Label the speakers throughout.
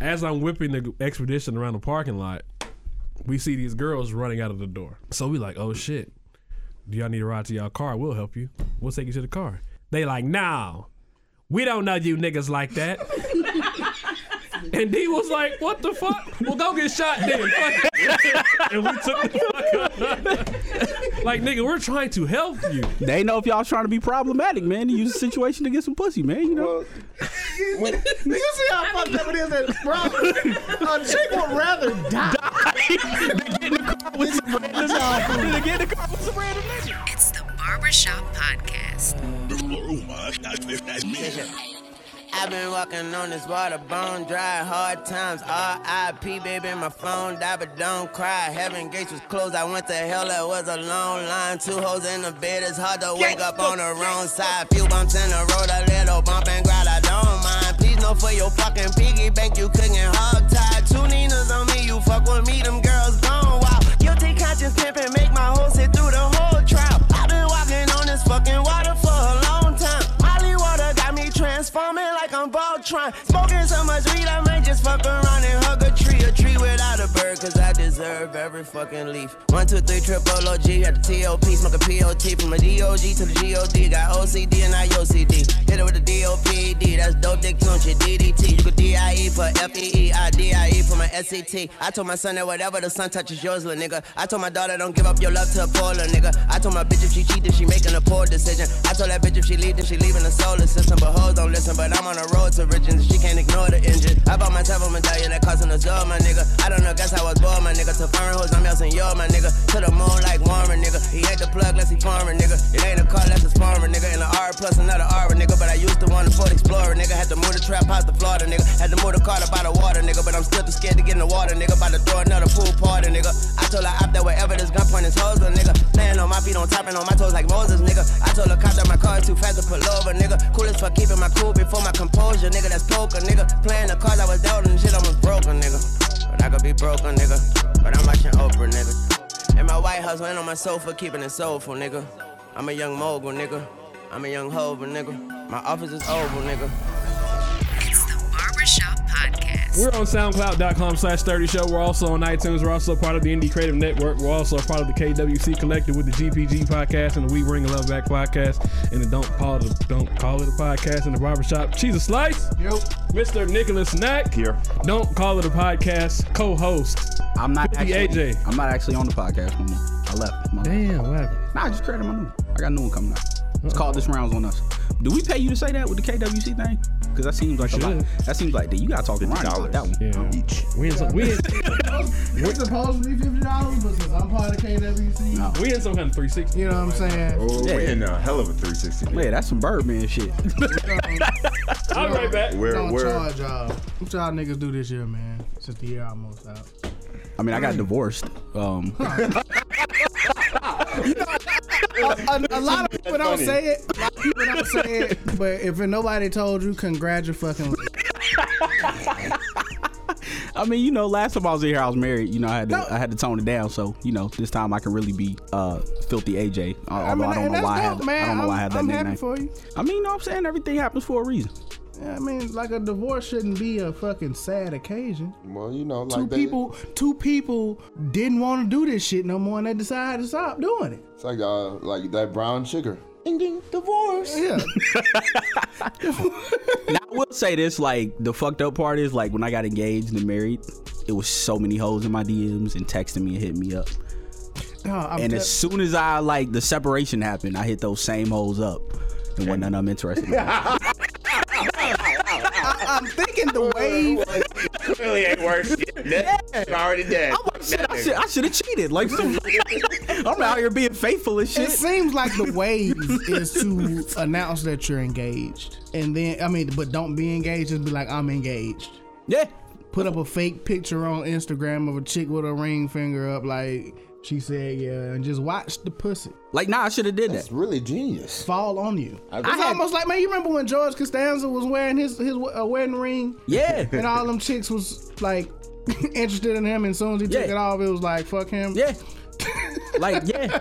Speaker 1: As I'm whipping the expedition around the parking lot, we see these girls running out of the door. So we like, oh shit. Do y'all need a ride to y'all car? We'll help you. We'll take you to the car. They like, nah, we don't know you niggas like that. and D was like, what the fuck? Well, go get shot then. Fuck it. and we took the fuck up. like, nigga, we're trying to help you.
Speaker 2: They know if y'all trying to be problematic, man. To use the situation to get some pussy, man. You know.
Speaker 3: Well, you see how fucked up it is that bro, a chick would rather die. than die.
Speaker 4: It's the Barbershop Podcast.
Speaker 5: I've been walking on this water, bone dry, hard times. RIP, baby, my phone died, but don't cry. Heaven gates was closed, I went to hell, it was a long line. Two hoes in the bed, it's hard to wake up on the wrong side. Few bumps in the road, a little bump and grind, I don't mind. Please know for your fucking piggy bank, you cooking hog tied. Two Ninas on me, you fuck with me, them girls gone wild. Guilty conscience pimping, make my hoe sit through the whole trial. I've been walking on this fucking water for a long time. Molly water got me transforming like I'm Voltron. Smoking so much weed, I might just fuck around and hug a tree. A tree without a bird, cause I deserve every fucking leaf. One, two, three, triple OG at the TOP. Smoking POT from the DOG to the GOD. Got OCD and I OCD. Hit it with the DOPD. That's dope dick tunchi DDT. You could DIE E for FEE, IDIE E for my SET. I told my son that whatever the sun touches yours, little nigga. I told my daughter don't give up your love to a poor little nigga. I told my bitch if she cheat, then she making a poor decision. I told that bitch if she leave, then she leaving the solar system. But hoes don't listen, but I'm on the road to riches. She can't ignore the engine. I bought myself a medallion that cost an azure, my nigga. I don't know, guess I was born, my nigga. To foreign hoes, I'm yelling yo, my nigga. To the moon like warmer, nigga. He ain't the plug, less he farmer, nigga. It ain't a car, less it's farmer, nigga. And an R plus another R, nigga. But I used to want a Ford Explorer, nigga. Had to move the trap house to Florida, nigga. Had to move the car to by the water, nigga. But I'm still too scared to get in the water, nigga. By the door, another pool party, nigga. I told her op that wherever this gun point is hoes, little nigga. Laying on my feet on top and on my toes like Moses, nigga. I told her cop that my car is too fast to pull over, nigga. Cool as fuck keeping my cool before my composure, nigga. That's poker, nigga. Playing the cards I was dealt and shit almost broken, nigga. But I could be broken, nigga. But I'm watching Oprah, nigga. And my white husband on my sofa, keeping it soulful, nigga. I'm a young mogul, nigga. I'm a young hover, nigga. My office is oval, nigga.
Speaker 4: It's the Barbershop Podcast.
Speaker 1: We're on SoundCloud.com slash 30 Show. We're also on iTunes. We're also part of the Indie Creative Network. We're also a part of the KWC Collective with the GPG podcast and the We Bring a Love Back podcast and the Don't Call It a, Don't Call It a podcast and the Barbershop Cheese a Slice. Yep. Mr. Nicholas Snack.
Speaker 2: Here.
Speaker 1: Don't Call It a podcast co-host.
Speaker 2: I'm not
Speaker 1: Fifty
Speaker 2: actually.
Speaker 1: AJ.
Speaker 2: I'm not actually on the podcast no more. I left. My-
Speaker 1: Damn, what happened?
Speaker 2: Nah, I just created my new. one. I got a new one coming out. It's called This Rounds on Us. Do we pay you to say that with the KWC thing? Because that seems like a lot.
Speaker 1: Should.
Speaker 2: That seems like that. You gotta talk to Ronnie about that one.
Speaker 1: Yeah.
Speaker 3: Each.
Speaker 1: We in some, we in,
Speaker 3: It's supposed to be fifty dollars, but since I'm part of KWC,
Speaker 2: No.
Speaker 1: we in some kind of 360.
Speaker 3: you know what I'm saying.
Speaker 6: Oh,
Speaker 2: Yeah.
Speaker 6: we're in a hell of a 360.
Speaker 2: Yeah, that's some Birdman shit.
Speaker 1: I'll be right back.
Speaker 6: We're,
Speaker 3: Don't
Speaker 6: we're,
Speaker 3: charge y'all. What y'all niggas do this year, man? Since the year almost out.
Speaker 2: I mean, I got divorced. Um,
Speaker 3: a, a lot of people don't say it. A lot of people don't say it. But if nobody told you, congratulations.
Speaker 2: I mean, you know, last time I was in here, I was married. You know, I had to,
Speaker 3: No.
Speaker 2: I had to tone it down. So, you know, this time I can really be uh, filthy AJ. Although I,
Speaker 3: I mean,
Speaker 2: don't
Speaker 3: and
Speaker 2: know
Speaker 3: that's
Speaker 2: why I
Speaker 3: dope,
Speaker 2: had, I
Speaker 3: man.
Speaker 2: don't know why I had that
Speaker 3: I'm, I'm
Speaker 2: nickname.
Speaker 3: happy for you.
Speaker 2: I mean, you know, what I'm saying everything happens for a reason.
Speaker 3: Yeah, I mean, like a divorce shouldn't be a fucking sad occasion.
Speaker 6: well, you know, like
Speaker 3: Two
Speaker 6: they,
Speaker 3: people, two people didn't want to do this shit no more, and they decided to stop doing it.
Speaker 6: It's like uh, like that brown sugar. Ding ding, divorce.
Speaker 3: Yeah,
Speaker 2: I will say this, like the fucked up part is like when I got engaged and married, it was so many hoes in my DMs and texting me and hitting me up.
Speaker 3: No, I'm
Speaker 2: And
Speaker 3: tell-
Speaker 2: as soon as I like the separation happened, I hit those same hoes up. And wasn't none of them interested. Yeah.
Speaker 3: I'm thinking the way
Speaker 6: Clearly ain't worth it. already dead.
Speaker 2: Shit, I should I should have cheated. Like I'm out here being faithful and
Speaker 3: it
Speaker 2: shit.
Speaker 3: seems like the way is to announce that you're engaged, and then I mean, but don't be engaged. Just be like, I'm engaged.
Speaker 2: yeah.
Speaker 3: Put up a fake picture on Instagram of a chick with a ring finger up, like she said, yeah, and just watch the pussy
Speaker 2: Like nah, I should have did that.
Speaker 6: It's really genius.
Speaker 3: fall on you. It's
Speaker 2: had-
Speaker 3: almost like man, you remember when George Costanza was wearing his his uh, wedding ring,
Speaker 2: Yeah.
Speaker 3: and all them chicks was like interested in him, and as soon as he took
Speaker 2: Yeah.
Speaker 3: it off, it was like fuck him.
Speaker 2: Yeah. Like yeah,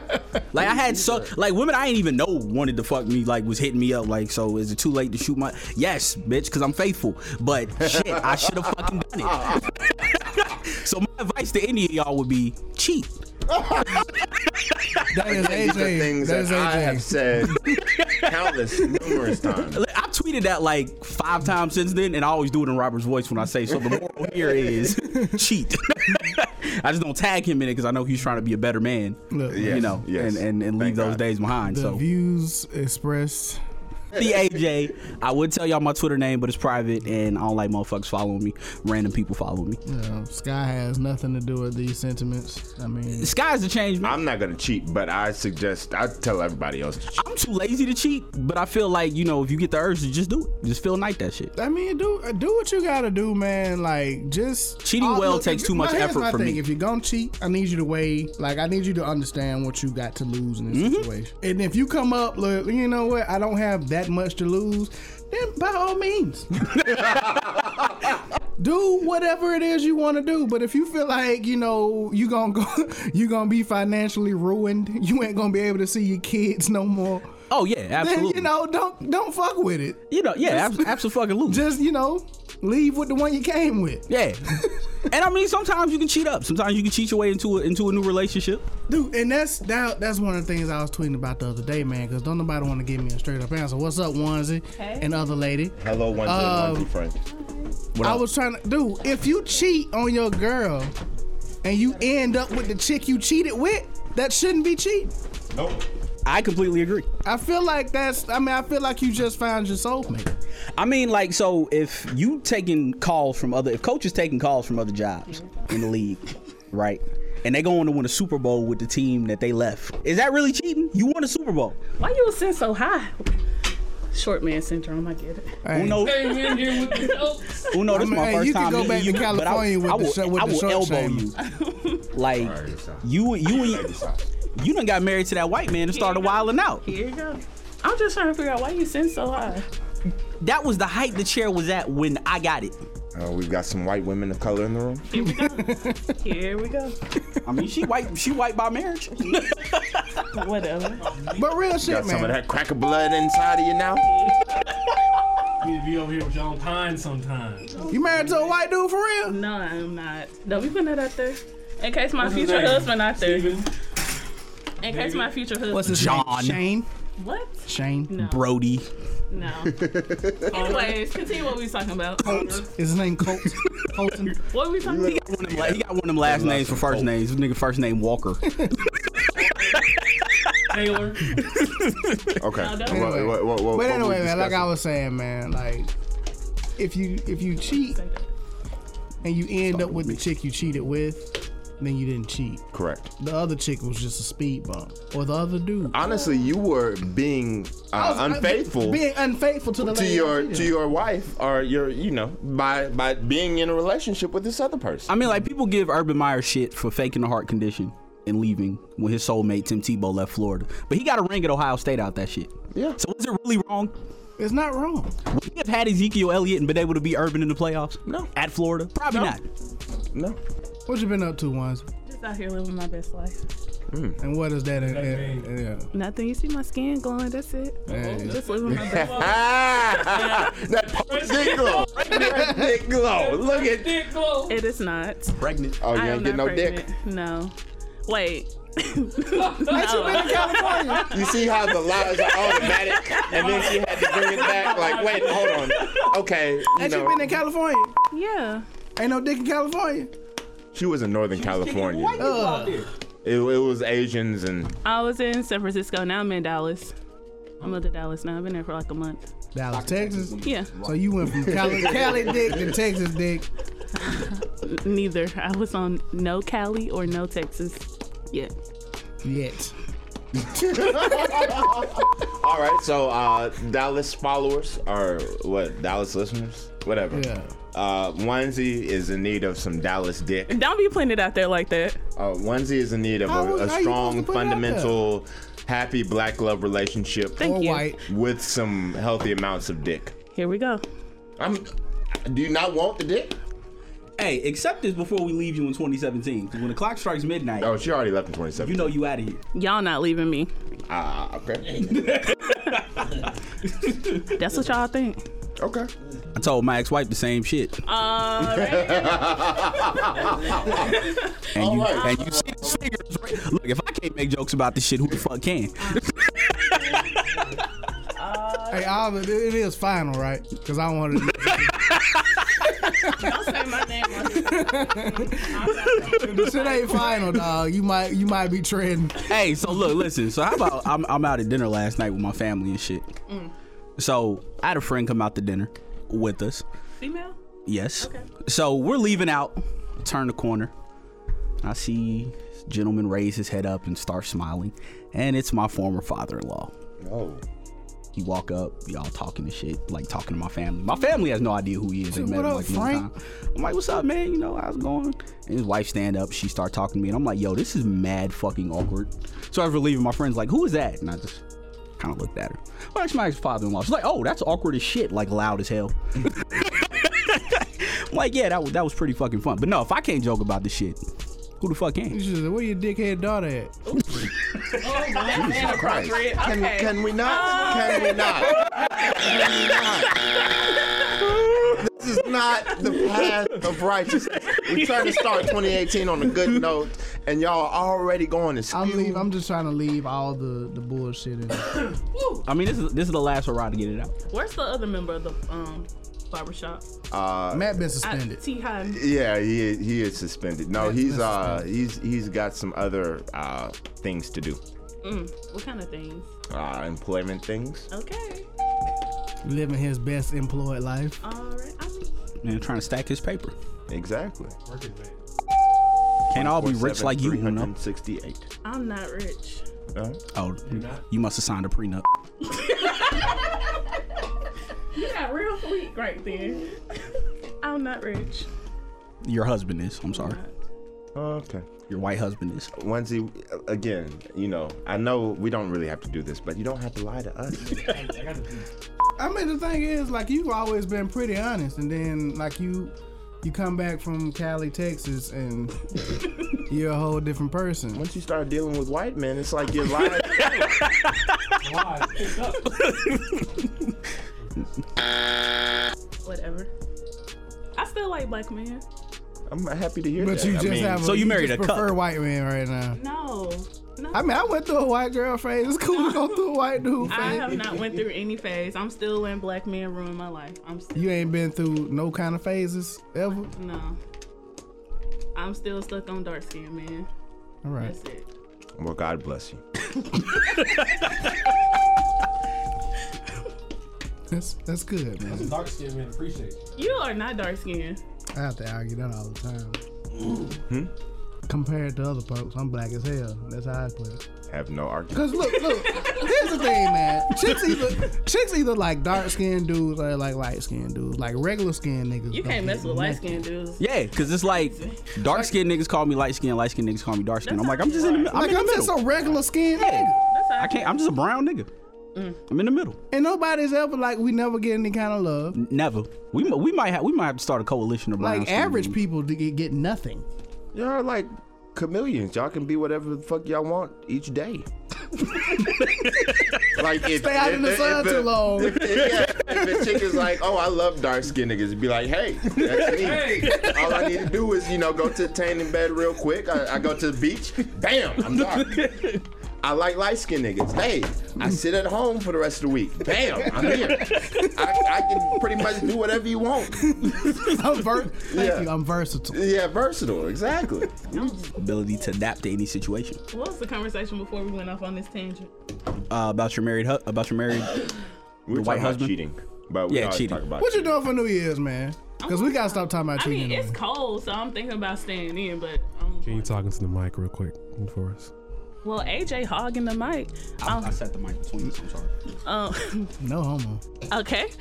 Speaker 2: like I had so like women I ain't even know wanted to fuck me. Like was hitting me up. Like so is it too late to shoot my? Yes, bitch, because I'm faithful. But shit, I should have fucking done it. so my advice to any of y'all would be cheat.
Speaker 3: That is
Speaker 7: These are
Speaker 3: AJ.
Speaker 7: things
Speaker 3: That is
Speaker 7: that I have
Speaker 3: AJ.
Speaker 7: said countless, numerous times.
Speaker 2: Like, I tweeted that like five times since then, and I always do it in Robert's voice when I say so. The moral here is cheat. I just don't tag him in it because I know he's trying to be a better man,
Speaker 3: Look,
Speaker 7: Yes,
Speaker 2: you know,
Speaker 7: yes.
Speaker 2: and, and, and leave
Speaker 7: Thank
Speaker 2: those
Speaker 7: God.
Speaker 2: days behind.
Speaker 3: The
Speaker 2: so
Speaker 3: views expressed.
Speaker 2: the AJ, I would tell y'all my Twitter name, but it's private, and I don't like motherfuckers following me. Random people follow me.
Speaker 3: You know, Sky has nothing to do with these sentiments. I mean,
Speaker 2: The sky's the change, man.
Speaker 7: I'm not gonna cheat, but I suggest I tell everybody else to cheat.
Speaker 2: I'm too lazy to cheat, but I feel like you know if you get the urge to just do it, just feel like that shit.
Speaker 3: I mean, do do what you gotta do, man. Like, just
Speaker 2: Cheating
Speaker 3: Oh,
Speaker 2: well
Speaker 3: look,
Speaker 2: takes
Speaker 3: if-
Speaker 2: too much
Speaker 3: now, here's
Speaker 2: effort
Speaker 3: my
Speaker 2: from
Speaker 3: thing.
Speaker 2: me.
Speaker 3: If you're gonna cheat, I need you to weigh. Like, I need you to understand what you got to lose in this
Speaker 2: Mm-hmm.
Speaker 3: situation. And if you come up, look, you know what? I don't have that much to lose. Then by all means, do whatever it is you want to do. But if you feel like you know you gonna go, you gonna be financially ruined. You ain't gonna be able to see your kids no more.
Speaker 2: Oh yeah, absolutely.
Speaker 3: Then you know, don't don't fuck with it.
Speaker 2: You know, yeah, abs- absolutely.
Speaker 3: Just you know, leave with the one you came with.
Speaker 2: Yeah. and I mean, sometimes you can cheat up. Sometimes you can cheat your way into a, into a new relationship.
Speaker 3: Dude, and that's that, that's one of the things I was tweeting about the other day, man. Because don't nobody want to give me a straight up answer. What's up, onesie and other lady?
Speaker 7: Hello, one
Speaker 3: Um,
Speaker 7: two, friend.
Speaker 3: I was trying to, dude. If you cheat on your girl, and you end up with the chick you cheated with, that shouldn't be cheating.
Speaker 7: Nope.
Speaker 2: I completely agree.
Speaker 3: I feel like that's. I mean, I feel like you just found your soulmate.
Speaker 2: I mean, like, so if you taking calls from other, if coaches taking calls from other jobs in the league, right? And they going to win a Super Bowl with the team that they left. Is that really cheating? You won a Super Bowl.
Speaker 8: Why you ascend so high? Short man syndrome, I get it.
Speaker 2: Who
Speaker 3: Hey.
Speaker 2: knows? Who knows? This
Speaker 3: I mean,
Speaker 2: my
Speaker 3: hey,
Speaker 2: first
Speaker 3: you can
Speaker 2: time
Speaker 3: go
Speaker 2: meeting
Speaker 3: back to
Speaker 2: you, but
Speaker 3: California
Speaker 2: I,
Speaker 3: with
Speaker 2: I
Speaker 3: the
Speaker 2: will,
Speaker 3: shit- with
Speaker 2: I
Speaker 3: the
Speaker 2: will
Speaker 3: short
Speaker 2: elbow
Speaker 3: shame.
Speaker 2: you. Like you, you, and, you done got married to that white man and started wilding out.
Speaker 8: Here you go. I'm just trying to figure out why you send so high.
Speaker 2: That was the height the chair was at when I got it.
Speaker 7: Uh, we've got some white women of color in the room.
Speaker 8: Here we go.
Speaker 2: I mean, she white. She white by marriage.
Speaker 8: Whatever.
Speaker 3: But real shit,
Speaker 7: Got some of
Speaker 3: man.
Speaker 7: that cracker blood inside of you now.
Speaker 1: You be over here with your own pine sometimes.
Speaker 3: You married to a white dude for real?
Speaker 8: No, I'm not. Don't be putting that out there. In case my
Speaker 1: his
Speaker 8: future
Speaker 1: name?
Speaker 8: husband out there. In case my future husband.
Speaker 3: What's his
Speaker 2: John.
Speaker 3: name?
Speaker 8: what?
Speaker 3: Shane. Shane.
Speaker 8: No.
Speaker 2: Brody.
Speaker 8: No. Anyways, continue what we was talking about.
Speaker 3: Colt. Is his name Colt? Colton.
Speaker 8: What were we talking about?
Speaker 2: One of them, he got one of them last names for first names. This nigga first name Walker.
Speaker 1: Taylor.
Speaker 7: Okay.
Speaker 8: No, don't-
Speaker 7: What- what- what- what-
Speaker 3: But
Speaker 7: what we
Speaker 3: anyway, man, like I
Speaker 7: discussing?
Speaker 3: was saying, man, like if you if you cheat and you end up with the chick you cheated with, then you didn't cheat.
Speaker 7: Correct.
Speaker 3: The other chick was just a speed bump, or the other dude.
Speaker 7: Honestly, you were being uh,
Speaker 3: I was-
Speaker 7: unfaithful
Speaker 3: being unfaithful to the
Speaker 7: to
Speaker 3: lady
Speaker 7: your
Speaker 3: I cheated
Speaker 7: to your wife or your you know by by being in a relationship with this other person.
Speaker 2: I mean, like people give Urban Meyer shit for faking a heart condition and leaving when his soulmate Tim Tebow left Florida, but he got a ring at Ohio State out that shit.
Speaker 7: Yeah.
Speaker 2: So is it really wrong?
Speaker 3: with. It's not wrong.
Speaker 2: Would he have had Ezekiel Elliott and been able to be Urban in the playoffs?
Speaker 7: No.
Speaker 2: At Florida, probably
Speaker 7: No.
Speaker 2: not.
Speaker 7: No.
Speaker 3: What you been up to once,
Speaker 8: Just out here living my best life.
Speaker 3: and what is that? in- in-
Speaker 8: Nothing. You see my skin glowing. That's it. Just living my best life.
Speaker 7: Ah, that post dick glow, that dick glow. Look at dick.
Speaker 8: It is not.
Speaker 2: Pregnant.
Speaker 7: Oh, you
Speaker 8: I am
Speaker 7: ain't
Speaker 8: not
Speaker 7: getting no
Speaker 8: pregnant.
Speaker 7: dick.
Speaker 8: No. Wait.
Speaker 7: in California. You see how the lies are automatic, and then she had to bring it back. Like, wait, hold on. Okay, you
Speaker 3: Had
Speaker 7: know,
Speaker 3: you been in California?
Speaker 8: yeah.
Speaker 3: Ain't no dick in California.
Speaker 7: she was in Northern California. It, it was Asians and
Speaker 8: I was in San Francisco. Now I'm in Dallas. I moved to Dallas now. I've been there for like a month.
Speaker 3: Dallas, Texas.
Speaker 8: Yeah.
Speaker 3: So you went from Cali, Cali dick to Texas dick.
Speaker 8: Neither. I was on no Cali or no Texas yet.
Speaker 3: Yet.
Speaker 7: all right. So uh, Dallas followers or what? Dallas listeners, whatever.
Speaker 3: Yeah.
Speaker 7: Uh, onesie is in need of some Dallas dick.
Speaker 8: Don't be putting it out there like that.
Speaker 7: Uh, onesie is in need of
Speaker 3: How-
Speaker 7: a, a
Speaker 3: how you
Speaker 7: strong,
Speaker 3: supposed to put it out
Speaker 7: fundamental, happy black love relationship
Speaker 8: Thank
Speaker 3: Or
Speaker 8: you.
Speaker 3: white.
Speaker 7: with some healthy amounts of dick.
Speaker 8: Here we go.
Speaker 7: I'm. Do you not want the dick?
Speaker 2: Hey, accept this before we leave you in 2017. 'cause when the clock strikes midnight,
Speaker 7: Oh, she already left in 2017.
Speaker 2: you know you out of here.
Speaker 8: Y'all not leaving me.
Speaker 7: Ah, okay.
Speaker 8: That's what y'all think.
Speaker 7: Okay.
Speaker 2: I told my ex-wife the same shit.
Speaker 8: Uh,
Speaker 2: and you,
Speaker 7: Alright.
Speaker 2: and you see the fingers, right? Look, if I can't make jokes about this shit, who the fuck can?
Speaker 3: Hey, Oliver, it it is final, right? Because I wanted to
Speaker 8: don't say my name.
Speaker 3: this shit ain't final, dog. You might you might be treading.
Speaker 2: hey, so look, listen. So how about I'm, I'm out at dinner last night with my family and shit. So I had a friend come out to dinner with us.
Speaker 8: Female?
Speaker 2: Yes. So we're leaving out. Turn the corner. I see this gentleman raise his head up and start smiling, and it's my former father-in-law.
Speaker 7: Oh.
Speaker 2: He walk up, y'all talking and shit, like talking to my family. My family has no idea who he is. They met
Speaker 3: What
Speaker 2: him
Speaker 3: up,
Speaker 2: like one time.
Speaker 3: Frank?
Speaker 2: I'm like, what's up, man? You know, how's it going? And his wife stand up, she start talking to me, and I'm like, yo, this is mad fucking awkward. So I was relieving my friends, like, who is that? And I just kind of looked at her. Well, that's my father-in-law. She's like, oh, that's awkward as shit, like loud as hell. I'm like, yeah, that was, that was pretty fucking fun. But no, if I can't joke about this shit, who the fuck can?
Speaker 3: You should say, where your dickhead daughter at?
Speaker 7: Jesus Christ. Can, can we not? Can we not? Can we not? This is not the path of righteousness. We trying to start 2018 on a good note, and y'all are already going to
Speaker 3: I'm
Speaker 7: skew.
Speaker 3: leave. I'm just trying to leave all the the bullshit in.
Speaker 2: I mean, this is this is the last hurrah to get it out.
Speaker 8: Where's the other member of the um barbershop?
Speaker 7: Uh,
Speaker 3: Matt been
Speaker 8: At
Speaker 3: suspended.
Speaker 8: T High.
Speaker 7: yeah, he he is suspended. No,
Speaker 3: That's
Speaker 7: he's
Speaker 3: been
Speaker 7: uh he's he's got some other uh things to do,
Speaker 8: What kind of things?
Speaker 7: uh employment things.
Speaker 8: Okay.
Speaker 3: Living his best employed life.
Speaker 8: All right. I mean,
Speaker 2: Man, trying to stack his paper.
Speaker 7: Exactly.
Speaker 2: Can't all be rich
Speaker 7: 24/7,
Speaker 2: like you, you know?
Speaker 7: 368.
Speaker 8: I'm not rich.
Speaker 7: Uh,
Speaker 2: Oh, you must have signed a prenup.
Speaker 8: You got real fleek right there. I'm not rich.
Speaker 2: Your husband is. I'm sorry.
Speaker 7: Uh, Okay.
Speaker 2: Your white husband is.
Speaker 7: Wednesday, again, you know, I know we don't really have to do this, but you don't have to lie to us.
Speaker 3: I mean, the thing is, like, you've always been pretty honest, and then like you, you come back from Cali, Texas, and you're a whole different person.
Speaker 7: Once you start dealing with white men, it's like you're lying.
Speaker 8: Whatever. I still like black men.
Speaker 7: I'm happy to hear
Speaker 3: But
Speaker 7: that.
Speaker 3: you
Speaker 7: I
Speaker 3: just
Speaker 7: mean,
Speaker 3: have. A,
Speaker 2: so you married
Speaker 3: just
Speaker 2: a cuck.
Speaker 3: prefer white man right now.
Speaker 8: No. No.
Speaker 3: I mean, I went through a white girl phase. It's cool to go through a white dude phase.
Speaker 8: I have not went through any phase. I'm still in black men ruin my life. I'm still
Speaker 3: You ain't been through no kind of phases ever. All
Speaker 8: no. I'm still stuck on dark skin, man.
Speaker 3: right.
Speaker 8: That's it.
Speaker 7: Well, God bless you.
Speaker 3: That's that's good, man.
Speaker 1: Dark skin man appreciate you.
Speaker 8: You are not dark skin.
Speaker 3: I have to argue that all the time.
Speaker 2: Hmm?
Speaker 3: Compared to other folks, I'm black as hell. That's how I put it.
Speaker 7: Have no argument.
Speaker 3: Cause look, look, here's the thing, man. Chicks either chicks either like dark skinned dudes or like light skinned dudes. Like regular skinned niggas.
Speaker 8: You
Speaker 3: don't
Speaker 8: can't mess
Speaker 3: get
Speaker 8: with light
Speaker 3: nothing.
Speaker 8: skinned dudes.
Speaker 2: Yeah, because it's like dark skinned niggas call me light skinned, light skinned niggas call me dark skinned. I'm like, I'm just in the middle. I'm,
Speaker 3: Like
Speaker 2: in the
Speaker 3: I'm just
Speaker 2: middle.
Speaker 3: a regular skinned nigga.
Speaker 8: That's how
Speaker 2: I can't. I'm just a brown nigga. I'm in the middle.
Speaker 3: And nobody's ever like we never get any kind of love.
Speaker 2: Never. We mi- we might have we might have to start a coalition of brown.
Speaker 3: Like
Speaker 2: skin
Speaker 3: average
Speaker 2: dudes.
Speaker 3: people to get, get nothing.
Speaker 7: Y'all are like chameleons. Y'all can be whatever the fuck y'all want each day. like if,
Speaker 3: Stay out
Speaker 7: if-
Speaker 3: in the
Speaker 7: if-
Speaker 3: sun
Speaker 7: if-
Speaker 3: too long.
Speaker 7: If, yeah, if a chick is like, oh, I love dark skinned niggas, be like, hey, that's me. All I need to do is, you know, go to the tanning bed real quick. I, I go to the beach, bam, I'm dark. I like light skinned niggas. Hey, I sit at home for the rest of the week. Bam, I'm here. I, I can pretty much do whatever you want.
Speaker 3: I'm ver- Thank
Speaker 7: Yeah.
Speaker 3: you. I'm versatile.
Speaker 7: Yeah, versatile, exactly.
Speaker 2: ability to adapt to any situation.
Speaker 8: What was the conversation before we went off on this tangent?
Speaker 2: Uh, about your married hu- about your married.
Speaker 7: We were
Speaker 2: white
Speaker 7: talking about
Speaker 2: husband?
Speaker 7: cheating. But we
Speaker 2: Yeah,
Speaker 7: always
Speaker 2: cheating.
Speaker 7: Talk about
Speaker 3: What you doing for New Year's, man? Because we gotta stop talking about
Speaker 8: I
Speaker 3: cheating.
Speaker 8: mean, it's
Speaker 3: on
Speaker 8: cold, so I'm thinking about staying in, but I'm
Speaker 1: Can you talking to the mic real quick for us?
Speaker 8: Well, AJ hogging the mic.
Speaker 2: I set the mic between us. I'm sorry.
Speaker 8: Um,
Speaker 3: it. no homo.
Speaker 8: okay.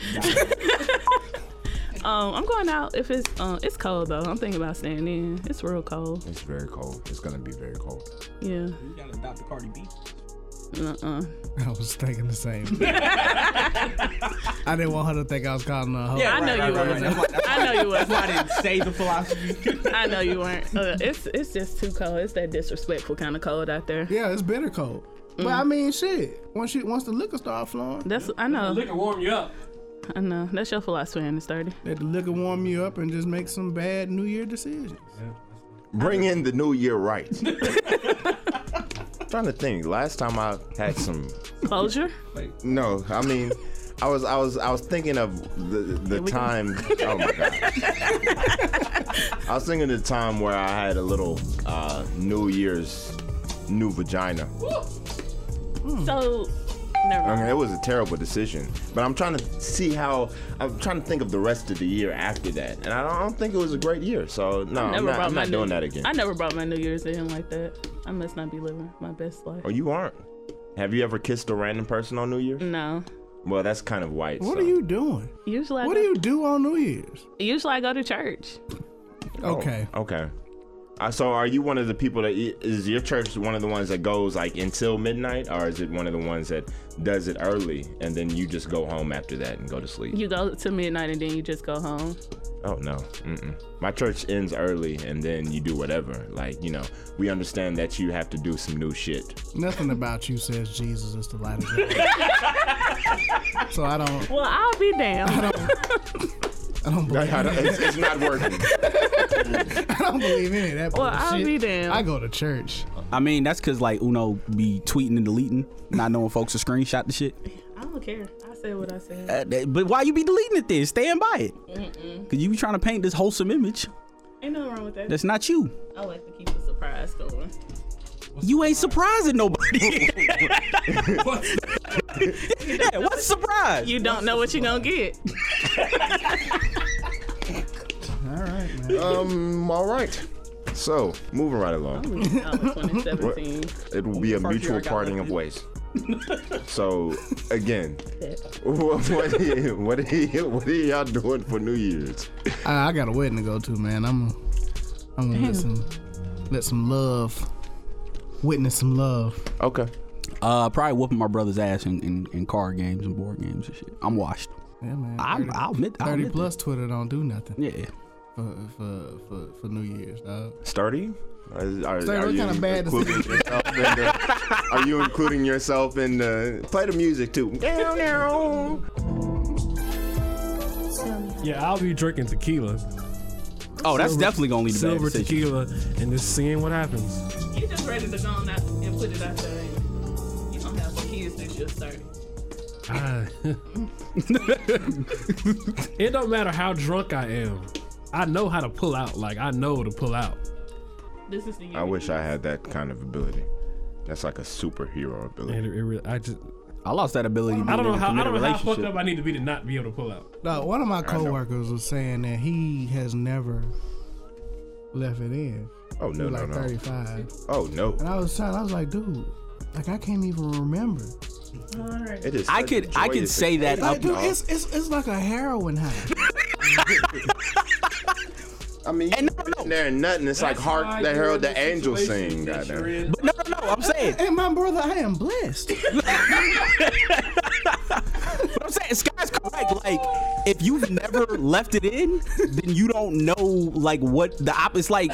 Speaker 8: um, I'm going out if it's um, it's cold though. I'm thinking about staying in. It's real cold.
Speaker 7: It's very cold. It's gonna be very cold.
Speaker 8: Yeah.
Speaker 2: You gotta adopt the Cardi B.
Speaker 8: Uh-uh.
Speaker 3: I was thinking the same. I didn't want her to think I was calling her a hoe.
Speaker 8: I know you weren't. I know you
Speaker 2: I
Speaker 8: weren't.
Speaker 2: didn't say the philosophy.
Speaker 8: I know you weren't. Uh, it's it's just too cold. It's that disrespectful kind of cold out there.
Speaker 3: Yeah, it's bitter cold.
Speaker 8: Mm-hmm.
Speaker 3: But I mean, shit. Once you once the liquor start flowing,
Speaker 8: That's I know.
Speaker 1: Liquor warm you up.
Speaker 8: I know. That's your philosophy in this thirty.
Speaker 3: let the liquor warm you up and just make some bad New Year decisions.
Speaker 7: Bring in the new year right. trying to think. Last time I had some
Speaker 8: Closure.
Speaker 7: No, I mean, I was I was I was thinking of the the
Speaker 8: we go.
Speaker 7: time. Oh my god! I was thinking of the time where I had a little uh, New Year's new vagina. hmm.
Speaker 8: So never
Speaker 7: I
Speaker 8: mind.
Speaker 7: mean, it was a terrible decision, but I'm trying to see how I'm trying to think of the rest of the year after that, and I don't, I don't think it was a great year. So no, I'm
Speaker 8: Never
Speaker 7: not,
Speaker 8: brought
Speaker 7: I'm
Speaker 8: my
Speaker 7: not
Speaker 8: new-
Speaker 7: doing that again.
Speaker 8: I never brought my New Year's in like that. I must not be living my best life.
Speaker 7: oh, you aren't. Have you ever kissed a random person on New Year's?
Speaker 8: No.
Speaker 7: Well, that's kind of white.
Speaker 3: What
Speaker 7: so.
Speaker 3: are you doing?
Speaker 8: Usually I
Speaker 3: What
Speaker 8: go,
Speaker 3: do you do on New Year's?
Speaker 8: usually I go to church.
Speaker 7: Oh,
Speaker 3: Okay.
Speaker 7: okay. Uh, so, are you one of the people that i- is your church one of the ones that goes like until midnight, or is it one of the ones that does it early and then you just go home after that and go to sleep?
Speaker 8: You go to midnight and then you just go home.
Speaker 7: Oh no, Mm-mm. my church ends early and then you do whatever. Like you know, we understand that you have to do some new shit.
Speaker 3: Nothing about you says Jesus is the light of the world. So I don't,
Speaker 8: Well, I'll be damned.
Speaker 3: I don't believe,
Speaker 7: it's, it's not working.
Speaker 3: I don't believe any of that
Speaker 8: Well, I'll
Speaker 3: bullshit.
Speaker 8: be damned.
Speaker 3: I go to church.
Speaker 2: I mean, that's because like Uno be tweeting and deleting, not knowing folks will screenshot the shit.
Speaker 8: I don't care. I said what I said.
Speaker 2: Uh, that- But why you be deleting it then? Stand by it. Cause you be trying to paint this wholesome image.
Speaker 8: Ain't nothing wrong with that.
Speaker 2: That's not you.
Speaker 8: I like to keep the surprise going.
Speaker 2: You ain't surprising nobody. yeah, what's a surprise?
Speaker 8: You don't know what you're gonna get.
Speaker 3: All right, man.
Speaker 7: um, all right. So, moving right along.
Speaker 8: Oh, 2017.
Speaker 7: It will be a mutual parting of ways. so again, what, what, are you- what, are you- what are y'all doing for New Year's?
Speaker 3: I, I got a wedding to go to, man. I'm, I'm gonna let some, let some love, witness some love.
Speaker 7: Okay.
Speaker 2: Uh, probably whooping my brother's ass in, in, in card games and board games and shit. I'm washed.
Speaker 3: Yeah, man.
Speaker 2: I'm,
Speaker 3: 30,
Speaker 2: I'll admit. I'll
Speaker 3: 30
Speaker 2: admit
Speaker 3: plus Twitter don't do nothing
Speaker 2: that. Yeah.
Speaker 3: for for for, for New Year's, dog.
Speaker 7: Sturdy? Are, are,
Speaker 3: Sturdy, what
Speaker 7: you
Speaker 3: kind of bad is
Speaker 7: including yourself in the, Are you including yourself in the play the music too? Meow, meow.
Speaker 1: Yeah, I'll be drinking tequila,
Speaker 2: Oh, that's
Speaker 1: Silver-
Speaker 2: definitely gonna lead to bad
Speaker 1: silver
Speaker 2: decision.
Speaker 1: tequila, and just seeing what happens.
Speaker 8: You just ready to go on out and put it out there. You don't have kids this year, starting.
Speaker 1: I- it don't matter how drunk I am. I know how to pull out. Like I know to pull out.
Speaker 8: This is the year.
Speaker 7: I wish I had that kind of ability. That's like a superhero
Speaker 1: And
Speaker 7: ability.
Speaker 1: it, it really, I just,
Speaker 2: I lost that ability.
Speaker 1: I don't know
Speaker 2: being in a
Speaker 1: how, I
Speaker 2: committed
Speaker 1: don't know how fucked
Speaker 2: relationship.
Speaker 1: up I need to be to not be able to pull out.
Speaker 3: Dog, one of my coworkers was saying that he has never left it in. He
Speaker 7: Oh no
Speaker 3: was
Speaker 7: no
Speaker 3: like
Speaker 7: no.
Speaker 3: 35,
Speaker 7: Oh no.
Speaker 3: and I was trying. I was like, dude, like I can't even remember.
Speaker 7: It is.
Speaker 2: I
Speaker 7: such
Speaker 2: could I could
Speaker 7: joyous
Speaker 2: say that
Speaker 7: occasion.
Speaker 2: up
Speaker 3: Like, dude, it's it's it's like a heroin high.
Speaker 7: I mean, you
Speaker 2: And no, no.
Speaker 7: sitting there and nothing. It's like
Speaker 1: why
Speaker 7: hark the
Speaker 1: you're in
Speaker 7: herald
Speaker 1: this
Speaker 7: the angel
Speaker 1: situation
Speaker 7: sing.
Speaker 1: that
Speaker 6: uh,
Speaker 7: Goddamn.
Speaker 1: you're in.
Speaker 2: No, no, no. I'm saying.
Speaker 3: and my brother, I am blessed.
Speaker 2: But I'm saying Sky's correct. Like, if you've never left it in, then you don't know like what the op. It's like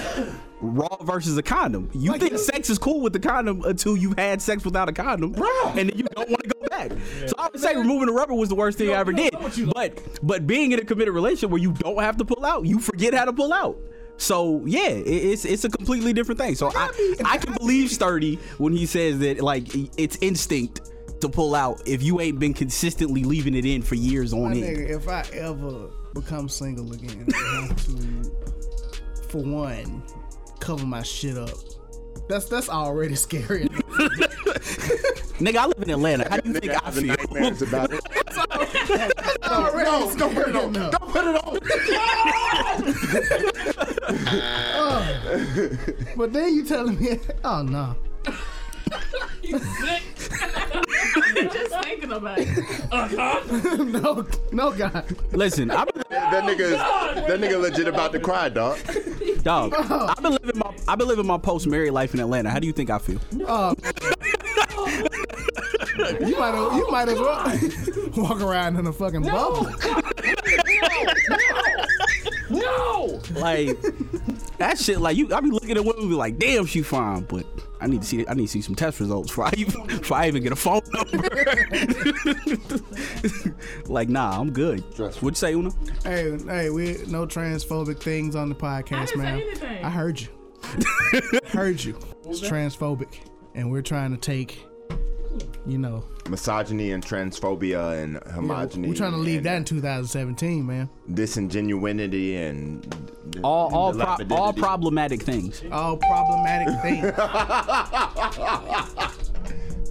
Speaker 2: raw versus a condom. You think sex is cool with the condom until you've had sex without a condom, and then you don't want to go back. So I would say removing the rubber was the worst thing I ever did. But but being in a committed relationship where you don't have to pull out, you forget how to pull out. So yeah, it- it's it's a completely different thing. So I I can believe Sturdy when he says that like it's instinct to pull out if you ain't been consistently leaving it in for years
Speaker 3: My
Speaker 2: on end.
Speaker 3: nigga, if I ever become single again, I have to, for one, cover my shit up. That's that's already scary.
Speaker 2: Nigga, I live in Atlanta. How do you
Speaker 7: Nigga,
Speaker 2: think
Speaker 7: I
Speaker 2: I
Speaker 7: have
Speaker 2: feel?
Speaker 7: nightmares about it.
Speaker 3: no, don't put it on.
Speaker 7: Don't put it on.
Speaker 3: But then you telling me, oh no,
Speaker 8: just thinking about it.
Speaker 3: no, no, God,
Speaker 2: Listen, I've been,
Speaker 7: That nigga, is, that nigga legit about to cry, dog.
Speaker 2: dog. I've been living my I've been living my post married life in Atlanta. How do you think I feel?
Speaker 3: You might as- you might as well walk around in a fucking bubble.
Speaker 9: No!
Speaker 2: Like that shit. Like you, I be looking at women be like, damn, she fine, but I need to see. I need to see some test results before I even before I even get a phone number. like, nah, I'm good.
Speaker 6: Trust me.
Speaker 2: What you say, Una?
Speaker 3: Hey, hey, we no transphobic things on the podcast,
Speaker 8: didn't say
Speaker 3: man.
Speaker 8: anything.
Speaker 3: I heard you. heard you. It's transphobic, and we're trying to take, you know,
Speaker 7: Misogyny and transphobia and homogeny.
Speaker 3: we're trying to leave
Speaker 7: and
Speaker 3: that in 2017, man.
Speaker 7: disingenuity and
Speaker 2: All all pro- all
Speaker 7: dilapidity.
Speaker 2: problematic things.
Speaker 3: All problematic things.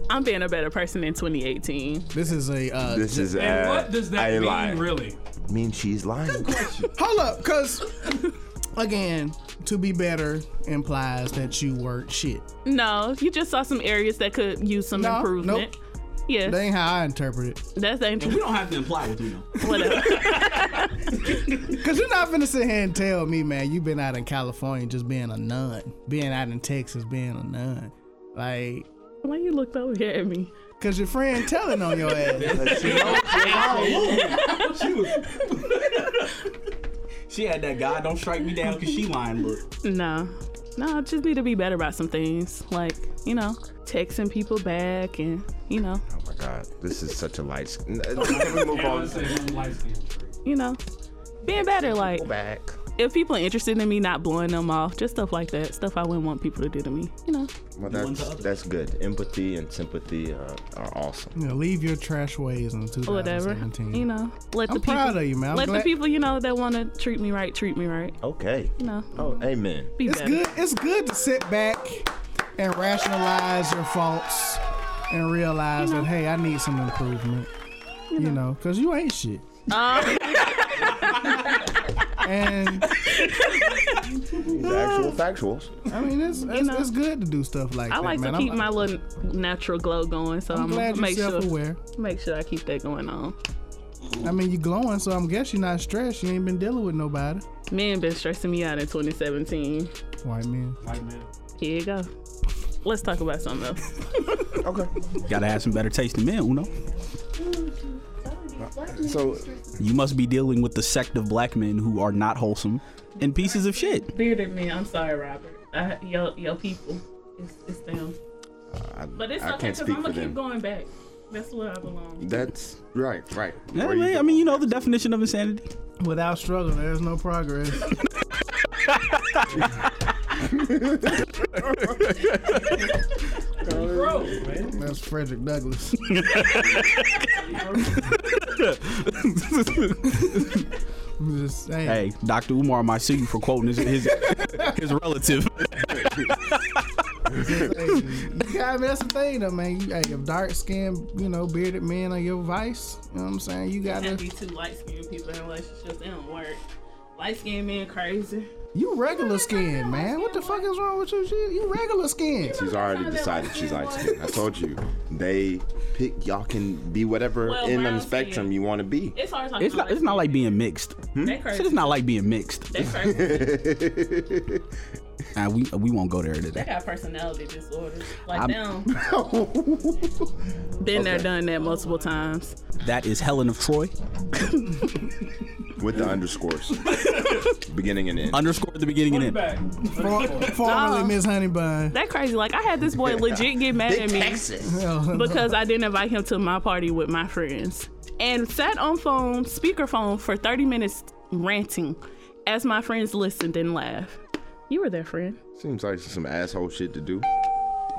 Speaker 8: I'm being a better person in 2018.
Speaker 3: This is a uh,
Speaker 7: This is
Speaker 1: And
Speaker 7: uh,
Speaker 1: what does that
Speaker 7: a
Speaker 1: mean,
Speaker 7: lie.
Speaker 1: really?
Speaker 7: Mean she's lying.
Speaker 3: hold up, cause again, to be better implies that you weren't shit.
Speaker 8: No, you just saw some areas that could use some
Speaker 3: No,
Speaker 8: improvement. Yes,
Speaker 3: That ain't how I interpret it.
Speaker 8: that's
Speaker 2: We
Speaker 8: dangerous.
Speaker 2: don't have to imply with you though.
Speaker 8: Whatever.
Speaker 3: Cause you're not finna sit here and tell me, man, you been out in California just being a nun, being out in Texas being a nun, like.
Speaker 8: Why you looked over here at me?
Speaker 3: Cause your friend telling on your ass.
Speaker 2: She, was- she had that guy don't strike me down because she lying look.
Speaker 8: No, no, I just need to be better about some things, like you know, texting people back and you know,
Speaker 7: oh my god, this is such a light. Can we move on?
Speaker 8: you know, being better. Like
Speaker 7: Back.
Speaker 8: if people are interested in me, not blowing them off, just stuff like that, stuff I wouldn't want people to do to me. You know,
Speaker 7: Well, that's that's good. Empathy and sympathy are, are awesome.
Speaker 3: You know, leave your trash ways in
Speaker 8: whatever.
Speaker 3: 2017.
Speaker 8: You know, let
Speaker 3: I'm
Speaker 8: the people,
Speaker 3: proud of you, man. I'm
Speaker 8: let
Speaker 3: glad-
Speaker 8: the people you know that want to treat me right, treat me right.
Speaker 7: Okay.
Speaker 8: You know,
Speaker 7: Oh, amen.
Speaker 8: be
Speaker 3: It's
Speaker 8: better.
Speaker 3: good. It's good to sit back and rationalize your faults and realize that hey, I need some improvement. You know, cause you ain't shit.
Speaker 8: Oh.
Speaker 3: and
Speaker 7: These are actual factuals.
Speaker 3: I mean, it's it's,
Speaker 8: know.
Speaker 3: it's good to do stuff like
Speaker 8: I
Speaker 3: that,
Speaker 8: like
Speaker 3: man.
Speaker 8: to keep
Speaker 3: I'm,
Speaker 8: my little natural glow going, so
Speaker 3: I'm
Speaker 8: I'm,
Speaker 3: glad
Speaker 8: gonna
Speaker 3: you're
Speaker 8: make sure
Speaker 3: self-aware.
Speaker 8: make sure I keep that going on.
Speaker 3: I mean, you glowing, so I'm guess you're not stressed. You ain't been dealing with nobody.
Speaker 8: Men been stressing me out in 2017.
Speaker 3: White man.
Speaker 8: Here you go. Let's talk about something else.
Speaker 7: Okay.
Speaker 2: Gotta have some better taste than men, Uno.
Speaker 7: So
Speaker 2: You must be dealing with the sect of black men who are not wholesome and pieces of shit.
Speaker 8: bearded men. I'm sorry, Robert. I, yo, yo, people, it's, it's them.
Speaker 7: Uh, I,
Speaker 8: But it's
Speaker 7: I
Speaker 8: okay
Speaker 7: can't
Speaker 8: because
Speaker 7: speak
Speaker 8: I'm
Speaker 7: for
Speaker 8: gonna keep
Speaker 7: them.
Speaker 8: going back. That's where I belong.
Speaker 7: That's right, right.
Speaker 2: Yeah,
Speaker 7: Where
Speaker 2: I
Speaker 7: you
Speaker 2: mean, I
Speaker 7: go-
Speaker 2: mean, you know the definition of insanity.
Speaker 3: Without struggle, there's no progress. That's Frederick Douglass. I'm just saying.
Speaker 2: Hey, Dr. Umar might sue you for quoting his his, his relative.
Speaker 3: Yeah, I mean, that's the thing though, man. You, hey, if dark skinned, you know, bearded men are your vice, you know what I'm saying? You
Speaker 8: Can't
Speaker 3: gotta
Speaker 8: be two light skinned people in relationships. They don't work. Light skinned men crazy.
Speaker 3: you regular skin, man. What the fuck is wrong with you? You you regular skin.
Speaker 7: She's already decided she's light skinned. I told you. They pick y'all can be whatever
Speaker 8: Well,
Speaker 7: end of
Speaker 8: brown
Speaker 7: the spectrum
Speaker 8: skin.
Speaker 7: you want to be.
Speaker 8: It's hmm? hard talking.
Speaker 2: It's not it's not like being mixed.
Speaker 8: they crazy.
Speaker 2: Shit, it's not like being mixed.
Speaker 8: They crazy.
Speaker 2: Nah, we we won't go there
Speaker 8: they
Speaker 2: today.
Speaker 8: got personality disorders. Like
Speaker 2: I'm-
Speaker 8: them. Been there, done that multiple times.
Speaker 2: That is Helen of Troy.
Speaker 7: With the underscores. Beginning and end.
Speaker 2: Underscore at the beginning and end.
Speaker 3: For, formerly Miss Honey Bun.
Speaker 8: That crazy. Like I had this boy legit get mad at me. because I didn't invite him to my party with my friends. And sat on phone, speakerphone for 30 minutes ranting as my friends listened and laughed. You were there, friend.
Speaker 7: Seems like some asshole shit to do.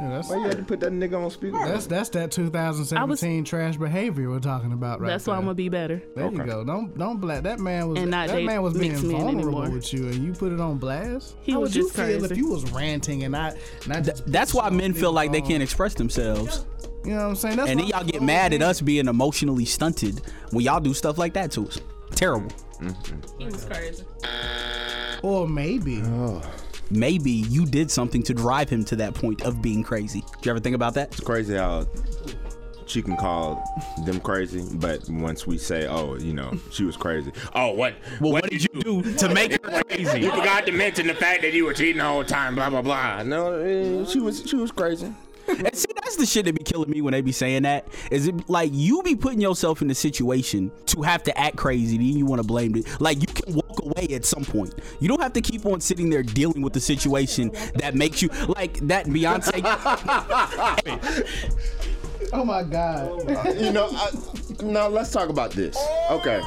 Speaker 3: Yeah, that's,
Speaker 7: Why you had to put that nigga on speaker?
Speaker 3: that's that's that 2017 trash behavior we're talking about, right?
Speaker 8: That's why I'm
Speaker 3: there.
Speaker 8: gonna be better.
Speaker 3: There you go. Don't don't blast. That man was
Speaker 8: And not
Speaker 3: that
Speaker 8: date
Speaker 3: man was being
Speaker 8: mixed men
Speaker 3: vulnerable
Speaker 8: anymore.
Speaker 3: with you, and you put it on blast.
Speaker 8: He
Speaker 3: How
Speaker 8: was
Speaker 3: would you
Speaker 8: just
Speaker 3: feel if
Speaker 8: crazy.
Speaker 3: you was ranting and not not?
Speaker 2: Th-
Speaker 3: just
Speaker 2: that's why men feel like they
Speaker 3: on-
Speaker 2: can't express themselves.
Speaker 3: You know what I'm saying? That's
Speaker 2: And then
Speaker 3: why-
Speaker 2: y'all get mad at us being emotionally stunted when y'all do stuff like that to us. Terrible.
Speaker 8: He was crazy.
Speaker 3: Or maybe
Speaker 2: Maybe you did something to drive him to that point of being crazy. Did you ever think about that?
Speaker 7: crazy how she can call them crazy, but once we say, "Oh, you know, she was crazy," oh, what?
Speaker 2: Well, what, did you do to make her crazy?
Speaker 7: You forgot to mention the fact that you were cheating the whole time. Blah blah blah. No, eh, she was she was crazy.
Speaker 2: And see, that's the shit that be killing me when they be saying that. Is it like you be putting yourself in a situation to have to act crazy, then you want to blame it? Like you can walk away at some point. You don't have to keep on sitting there dealing with the situation that makes you like that. Beyonce.
Speaker 3: Oh my god.
Speaker 7: you know, I, now let's talk about this. Okay.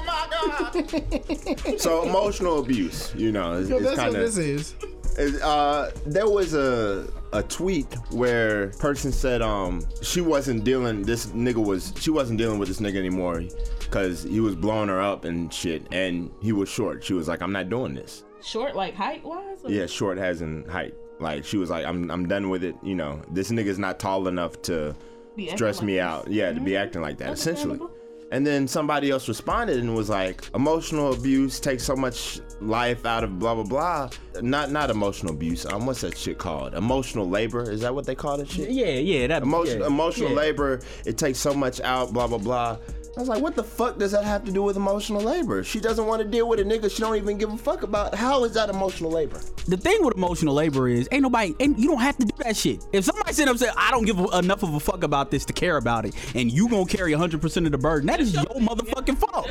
Speaker 7: so emotional abuse, you know, is,
Speaker 3: Yo,
Speaker 7: is
Speaker 3: that's
Speaker 7: kind
Speaker 3: what
Speaker 7: of
Speaker 3: this is.
Speaker 7: is, uh, there was a a tweet where person said um she wasn't dealing this nigga was she wasn't dealing with this nigga anymore because he was blowing her up and shit and he was short she was like i'm not doing this
Speaker 8: Short, like height wise?
Speaker 7: yeah short has in height like she was like i'm i'm done with it you know this nigga's not tall enough to
Speaker 8: Be
Speaker 7: stress
Speaker 8: acting
Speaker 7: me
Speaker 8: like
Speaker 7: out yeah to be acting like that essentially
Speaker 8: Understandable.
Speaker 7: and then somebody else responded and was like emotional abuse takes so much life out of blah blah blah not not emotional abuse um what's that shit called emotional labor is that what they call that shit
Speaker 2: yeah, yeah, that
Speaker 7: Emotion,
Speaker 2: yeah,
Speaker 7: emotional
Speaker 2: yeah.
Speaker 7: labor it takes so much out blah blah blah I was like, what the fuck does that have to do with emotional labor? She doesn't want to deal with a nigga she don't even give a fuck about. How is that emotional labor?
Speaker 2: the thing with emotional labor is ain't nobody and you don't have to do that shit if somebody sit up and say i don't give a, enough of a fuck about this to care about it and you gonna carry 100% of the burden that is your motherfucking fault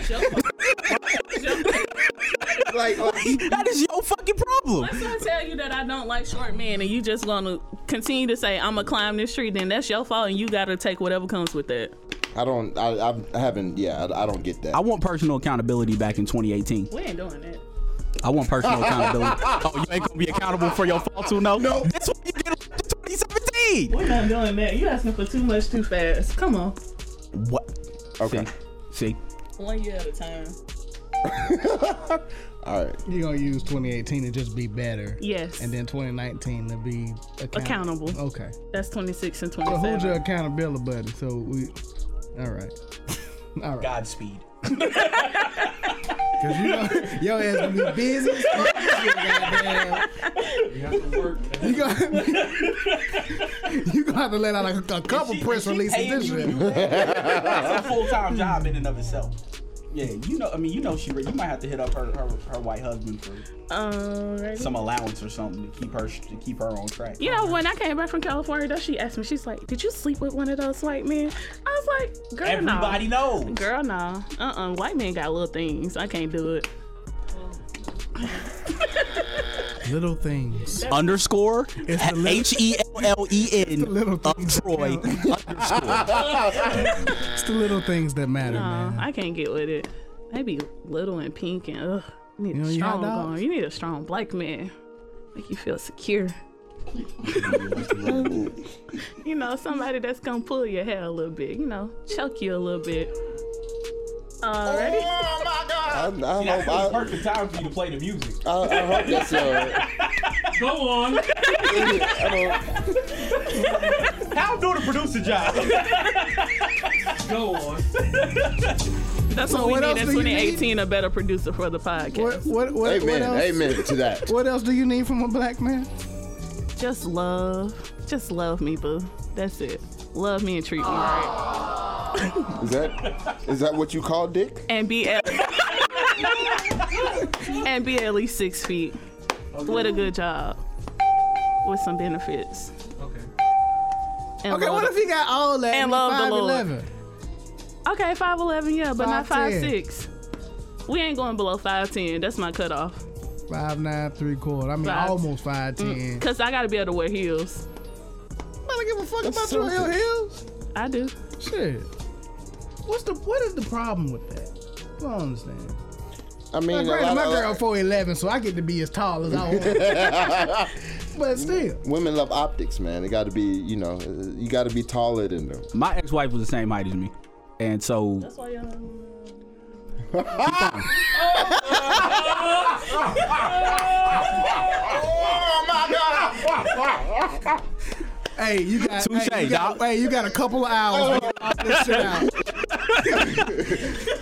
Speaker 7: Like, like
Speaker 2: that is your fucking problem
Speaker 8: If I tell you that I don't like short men and you just gonna continue to say I'm gonna climb this tree, then that's your fault and you gotta take whatever comes with that.
Speaker 7: I don't, I, I haven't, yeah, I, I don't get that.
Speaker 2: i want personal accountability back in 2018
Speaker 8: We ain't doing that.
Speaker 2: i want personal accountability oh you ain't gonna be accountable for your fault too no no that's what you did in 2017
Speaker 8: We're not doing that. You asking for too much too fast. Come on.
Speaker 2: what
Speaker 7: Okay.
Speaker 2: see
Speaker 8: One year at a time.
Speaker 7: All right.
Speaker 3: You're gonna use 2018 to just be better.
Speaker 8: Yes.
Speaker 3: And then 2019 to be account-
Speaker 8: Accountable.
Speaker 3: Okay.
Speaker 8: That's 26 and
Speaker 3: So
Speaker 8: 27.
Speaker 3: who's your accountability buddy? So we, all right, all right.
Speaker 2: godspeed
Speaker 3: Cause you know, your ass gonna be busy. as fuck, goddamn. You have to work. You gonna, you gonna have to let out a, a couple press releases this year.
Speaker 2: That's a full time job in and of itself. Yeah, you know, I mean, you know, she. re- You might have to hit up her her, her white husband for
Speaker 8: Alrighty.
Speaker 2: some allowance or something to keep her to keep her on track.
Speaker 8: You know, when I came back from California, though, she asked me, she's like, Did you sleep with one of those white men? I was like, Girl,
Speaker 2: Everybody
Speaker 8: no.
Speaker 2: knows.
Speaker 8: Girl, no. Uh uh White men got little things. I can't do it.
Speaker 3: Little things.
Speaker 2: Underscore
Speaker 1: the little-
Speaker 2: H E L L E
Speaker 3: little
Speaker 2: N of
Speaker 3: things that
Speaker 2: Troy. Underscore.
Speaker 3: It's the little things that matter,
Speaker 8: No,
Speaker 3: man.
Speaker 8: I can't get with it. They be little and pink and ugh. You need
Speaker 3: You know,
Speaker 8: a
Speaker 3: you hot
Speaker 8: strong
Speaker 3: dogs?
Speaker 8: one. You need a strong black man. Make you feel secure. you know, somebody that's gonna pull your hair a little bit, you know, choke you a little bit. Already?
Speaker 7: I, I hope, I,
Speaker 2: Perfect time for you to play the music.
Speaker 7: I, I hope that's uh,
Speaker 1: Go on.
Speaker 2: How do the producer job?
Speaker 1: Go on.
Speaker 8: That's what we
Speaker 3: what
Speaker 8: need
Speaker 3: else
Speaker 8: in
Speaker 3: do you need?
Speaker 8: 2018, a better producer for the podcast.
Speaker 3: What what what, what
Speaker 7: amen,
Speaker 3: else?
Speaker 7: amen to that.
Speaker 3: What else do you need from a black man?
Speaker 8: Just love. Just love me, boo. That's it. Love me and treat me right.
Speaker 7: Is that is that what you call dick?
Speaker 8: And be at and be at least six feet. With a good job. With some benefits.
Speaker 1: Okay.
Speaker 8: And
Speaker 3: Okay,
Speaker 8: love-
Speaker 3: what if he got all that?
Speaker 8: And
Speaker 3: he
Speaker 8: love the
Speaker 3: 5'11"?
Speaker 8: Okay, five eleven, yeah, but not five
Speaker 3: 5'10".
Speaker 8: six. We ain't going below five ten. That's my cutoff.
Speaker 3: Five nine three quarter. I mean,
Speaker 8: Five- Mm.
Speaker 3: almost five ten.
Speaker 8: Cause I gotta be able to wear heels.
Speaker 3: I don't give a fuck about your hill heels.
Speaker 8: I do.
Speaker 3: Shit. What's the what is the problem with that? I don't understand.
Speaker 7: I
Speaker 3: Now,
Speaker 7: mean, a
Speaker 3: granted,
Speaker 7: lot
Speaker 3: my
Speaker 7: of-
Speaker 3: girl four eleven, so I get to be as tall as I want. but still,
Speaker 7: women love optics, man. It got to be, you know, uh, you got to be taller than them.
Speaker 2: My ex-wife was the same height as me, and so
Speaker 8: That's why y'all
Speaker 3: hey, you got,
Speaker 2: Touche,
Speaker 3: hey, you got
Speaker 2: dog.
Speaker 3: hey, you got a couple of hours to get all Oh, this shit out.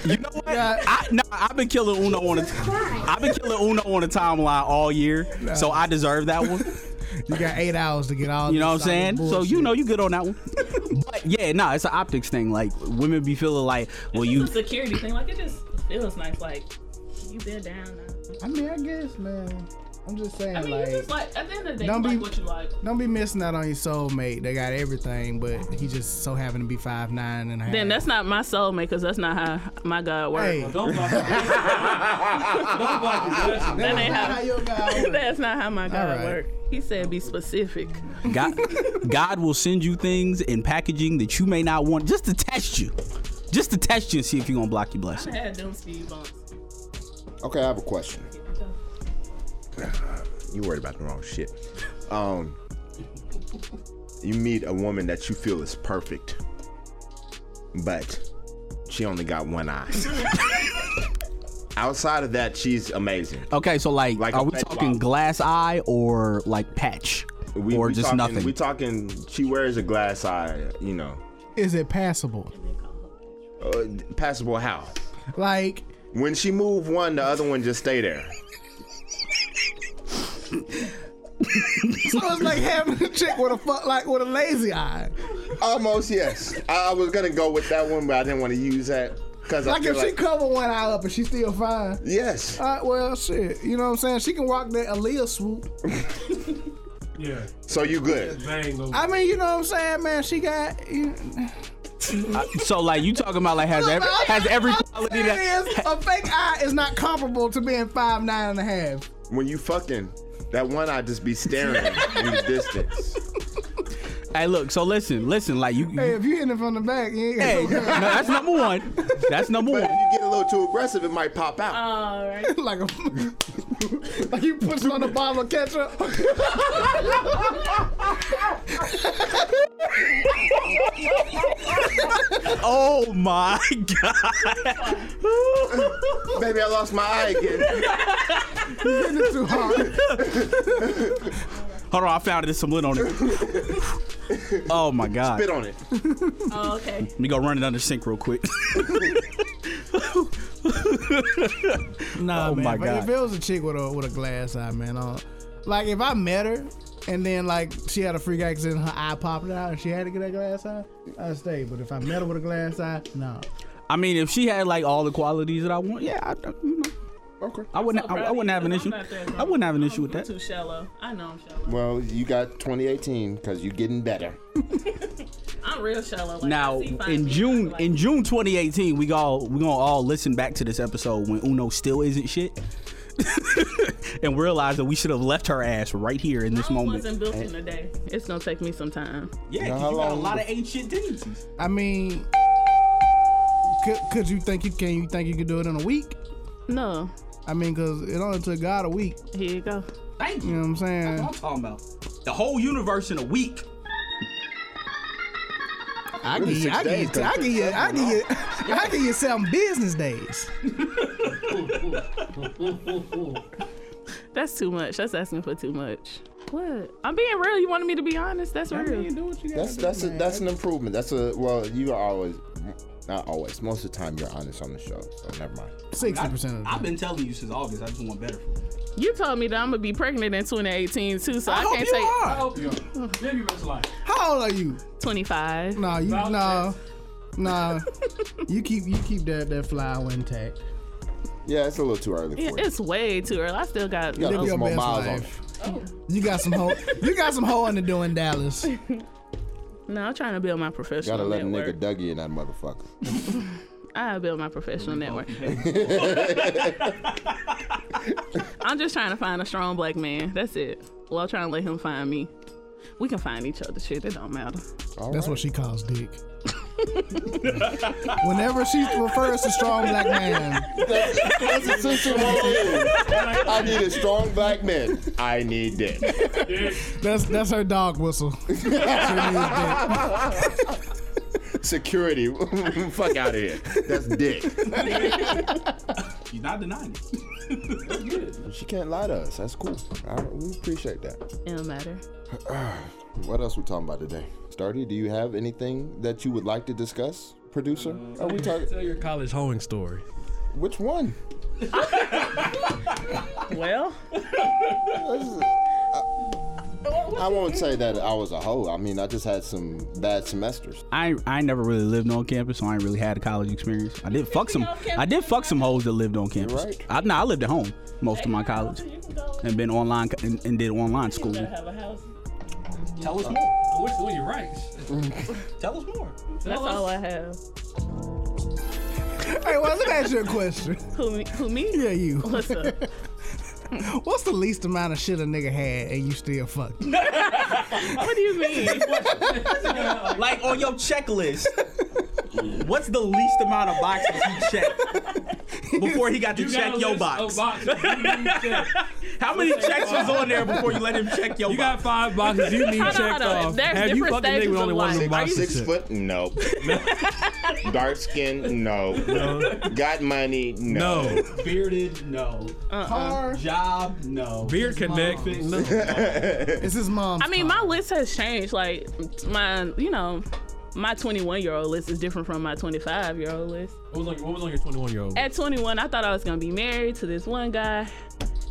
Speaker 2: you know what?
Speaker 3: Yeah.
Speaker 2: I, nah, I've been killing Uno on a, I've been killing Uno on a timeline all year, so I deserve that one.
Speaker 3: You got eight hours to get all.
Speaker 2: You know what I'm
Speaker 3: this solid
Speaker 2: saying? So
Speaker 3: bullshit.
Speaker 2: you know you good on that one. but yeah, nah, it's an optics thing. Like women be feeling like, well, you
Speaker 8: It's a security thing. Like it just feels nice. Like you bend down. Now.
Speaker 3: I mean, I guess, man. I'm just saying,
Speaker 8: I mean,
Speaker 3: like,
Speaker 8: you just like at the end of the day,
Speaker 3: Don't
Speaker 8: you
Speaker 3: be-
Speaker 8: like what you like.
Speaker 3: don't be missing out on your soulmate. They got everything, but he just so happened to be five nine and a half.
Speaker 8: Then that's not my soulmate because that's not how my God works.
Speaker 3: hey,
Speaker 9: Don't block the blessing. Don't block the blessing.
Speaker 8: That ain't
Speaker 3: that's
Speaker 8: how.
Speaker 3: how your guy works.
Speaker 8: That's not how my God
Speaker 3: All right.
Speaker 8: works. He said be specific.
Speaker 2: God, God will send you things in packaging that you may not want just to test you. Just to test you and see if you're gonna block your blessing.
Speaker 8: I had them speed bumps.
Speaker 6: Okay, I have a question.
Speaker 7: You worried about the wrong shit. Um, you meet a woman that you feel is perfect, but she only got one eye. Outside of that, she's amazing.
Speaker 2: Okay, so like,
Speaker 7: Like a
Speaker 2: are we
Speaker 7: pet
Speaker 2: talking
Speaker 7: dog.
Speaker 2: glass eye or like patch? or just
Speaker 7: talking,
Speaker 2: nothing?
Speaker 7: We talking. She wears a glass eye. You know,
Speaker 3: is it passable?
Speaker 7: uh, passable how?
Speaker 3: Like,
Speaker 7: When she move one, the other one just stay there.
Speaker 3: so it's like having a chick with a fuck, like with a lazy eye.
Speaker 7: Almost yes. I was gonna go with that one, but I didn't want to use that because I
Speaker 3: Like
Speaker 7: feel
Speaker 3: if she
Speaker 7: like
Speaker 3: cover one eye up and she's still fine.
Speaker 7: yes.
Speaker 3: All right, well, shit. You know what I'm saying? She can walk that Aaliyah swoop.
Speaker 1: Yeah.
Speaker 7: So you good?
Speaker 1: Bang. those-
Speaker 3: I mean, you know what I'm saying, man? She got. You,
Speaker 2: so like, you talking about like has every has every quality
Speaker 3: It
Speaker 2: that?
Speaker 3: is a fake eye is not comparable to being five nine and a half.
Speaker 7: When you fucking that one, I just be staring in the distance.
Speaker 2: Hey, look. So listen, listen. Like you,
Speaker 3: Hey, if you hitting it from the back, you ain't
Speaker 2: hey,
Speaker 3: gonna
Speaker 2: no, that's number one. That's number
Speaker 7: But if
Speaker 2: one.
Speaker 7: you get a little too aggressive, it might pop out.
Speaker 8: All right.
Speaker 3: like a like you pushing on a bottle of ketchup.
Speaker 2: Oh my god.
Speaker 7: Baby, I lost my eye again.
Speaker 3: Hitting it too hard.
Speaker 2: Hold on, I found it. There's some lint on it. Oh my god.
Speaker 7: Spit on it.
Speaker 8: Oh, okay.
Speaker 2: Let me go run it under sink real quick.
Speaker 3: Nah,
Speaker 2: Oh
Speaker 3: man.
Speaker 2: my
Speaker 3: if-
Speaker 2: God.
Speaker 3: If it was a chick with a with a glass eye, man, uh, like if I met her and then like she had a freak accident, her eye popped out, and she had to get that glass eye, I'd stay. But if I met her with a glass eye, no.
Speaker 2: I mean, if she had like all the qualities that I want, yeah, I, I- you know,
Speaker 7: Okay.
Speaker 2: I wouldn't.
Speaker 8: So
Speaker 2: I, I
Speaker 8: proud
Speaker 2: wouldn't
Speaker 8: of
Speaker 2: have an
Speaker 8: you,
Speaker 2: issue.
Speaker 8: 'cause I'm not that
Speaker 2: I wouldn't have an
Speaker 8: grown.
Speaker 2: issue with
Speaker 8: I'm
Speaker 2: that.
Speaker 8: Too shallow. I know I'm shallow.
Speaker 7: Well, you got 2018 because you're getting better.
Speaker 8: I'm real shallow. Like,
Speaker 2: Now
Speaker 8: I see fine
Speaker 2: in
Speaker 8: people,
Speaker 2: June,
Speaker 8: like,
Speaker 2: in June 2018, we all we gonna all listen back to this episode when Uno still isn't shit, and realize that we should have left her ass right here in this
Speaker 8: Rome
Speaker 2: moment.
Speaker 8: wasn't built in a day. It's gonna take me some time.
Speaker 2: Yeah, 'cause
Speaker 6: Now, how
Speaker 2: you got a
Speaker 6: long-
Speaker 2: lot of ain't shit tendencies.
Speaker 3: I mean, could, could you think you can you think you could do it in a week?
Speaker 8: No,
Speaker 3: I mean, cause it only took God a week.
Speaker 8: here you go.
Speaker 2: Thank
Speaker 3: You
Speaker 2: you.
Speaker 3: know what I'm
Speaker 2: That's what
Speaker 3: saying?
Speaker 2: I'm talking about. The whole universe in a week.
Speaker 3: I give you,
Speaker 7: six
Speaker 3: I give
Speaker 7: days,
Speaker 3: you, I give you, I give you, I give you seven business days.
Speaker 8: That's too much. That's asking for too much. What? I'm being real. You wanted me to be honest. That's real.
Speaker 7: That's that's a, that's an improvement. That's a well. You are always not always. Most of the time, you're honest on the show. So never mind.
Speaker 3: Sixty percent of the
Speaker 2: I've
Speaker 3: time.
Speaker 2: been telling you since August. I just want better. For you.
Speaker 8: You told me that I'm gonna be pregnant in 2018 too, so I,
Speaker 3: I hope
Speaker 8: can't
Speaker 3: you
Speaker 8: take
Speaker 3: are.
Speaker 9: Help you. Live your best life.
Speaker 3: How old are you?
Speaker 8: 25.
Speaker 3: Nah, you nah, nah. you keep you keep that that flower intact.
Speaker 7: Yeah, it's a little too early
Speaker 8: Yeah,
Speaker 7: for you.
Speaker 8: it's way too early. I still got.
Speaker 7: You gotta
Speaker 8: oh,
Speaker 7: put
Speaker 3: your
Speaker 7: some more
Speaker 3: best
Speaker 7: miles on it.
Speaker 3: life. You got some hoe. You got some hoe under doing Dallas.
Speaker 8: no, I'm trying to build my professional
Speaker 7: Gotta let a
Speaker 8: network.
Speaker 7: nigga Dougie in that motherfucker.
Speaker 8: I build my professional network. I'm just trying to find a strong black man. That's it. Well, I'm trying to let him find me. We can find each other. Shit, it don't matter.
Speaker 3: That's what she calls dick. Whenever she refers to strong black man,
Speaker 7: That's, that's essentially what it is. I need a strong black man. I need that.
Speaker 3: that's that's her dog whistle. She needs dick.
Speaker 7: Security. Fuck out of here. That's dick.
Speaker 2: She's not denying it.
Speaker 7: She can't lie to us. That's cool. I, we appreciate that.
Speaker 8: It don't matter.
Speaker 7: What else we talking about today? Stardy, do you have anything that you would like to discuss, producer?
Speaker 2: Uh,
Speaker 7: Are we talking?
Speaker 1: Tell your college hoeing story.
Speaker 7: Which one?
Speaker 8: Well,
Speaker 7: That's-
Speaker 6: I won't say that I was a hoe. I mean, I just had some bad semesters.
Speaker 2: I I ain't never really lived on campus, so I ain't really had a college experience. I did fuck some. I did fuck some hoes that lived on campus.
Speaker 6: right.
Speaker 2: I nah, I lived at home most of my college, and been online co- and, and did online school.
Speaker 9: have a house.
Speaker 2: Tell us more.
Speaker 9: I wish you your rights.
Speaker 2: Tell us more.
Speaker 8: That's all I have.
Speaker 3: Hey, well, let me ask you a question.
Speaker 8: Who me? Who me?
Speaker 3: Yeah, you.
Speaker 8: What's up?
Speaker 3: What's the least amount of shit a nigga had and you still fucked?
Speaker 8: What do you mean?
Speaker 2: Like on your checklist, what's the least amount of boxes he checked before he got to check your box? How many checks was on there before you let him check your
Speaker 1: You got
Speaker 2: box?
Speaker 1: five boxes you need
Speaker 8: Hold on,
Speaker 1: checked
Speaker 8: hold on.
Speaker 1: off.
Speaker 8: There's
Speaker 1: Have you
Speaker 8: different
Speaker 1: fucked a nigga
Speaker 8: stages
Speaker 1: with only
Speaker 8: of
Speaker 1: one
Speaker 8: life.
Speaker 1: of them
Speaker 8: Are you
Speaker 1: boxes?
Speaker 7: Six
Speaker 1: checked?
Speaker 7: foot? No. Dark skin? No. Got money? No.
Speaker 1: No.
Speaker 2: Bearded, no.
Speaker 8: Uh-uh.
Speaker 3: Car?
Speaker 2: Job, no.
Speaker 1: Beard connect. No.
Speaker 3: It's his mom.
Speaker 8: I mean, my list has changed. Like my, you know, my 21 year old list is different from my 25 year old list.
Speaker 1: What was on- what was on your 21 year old?
Speaker 8: At 21, I thought I was gonna be married to this one guy,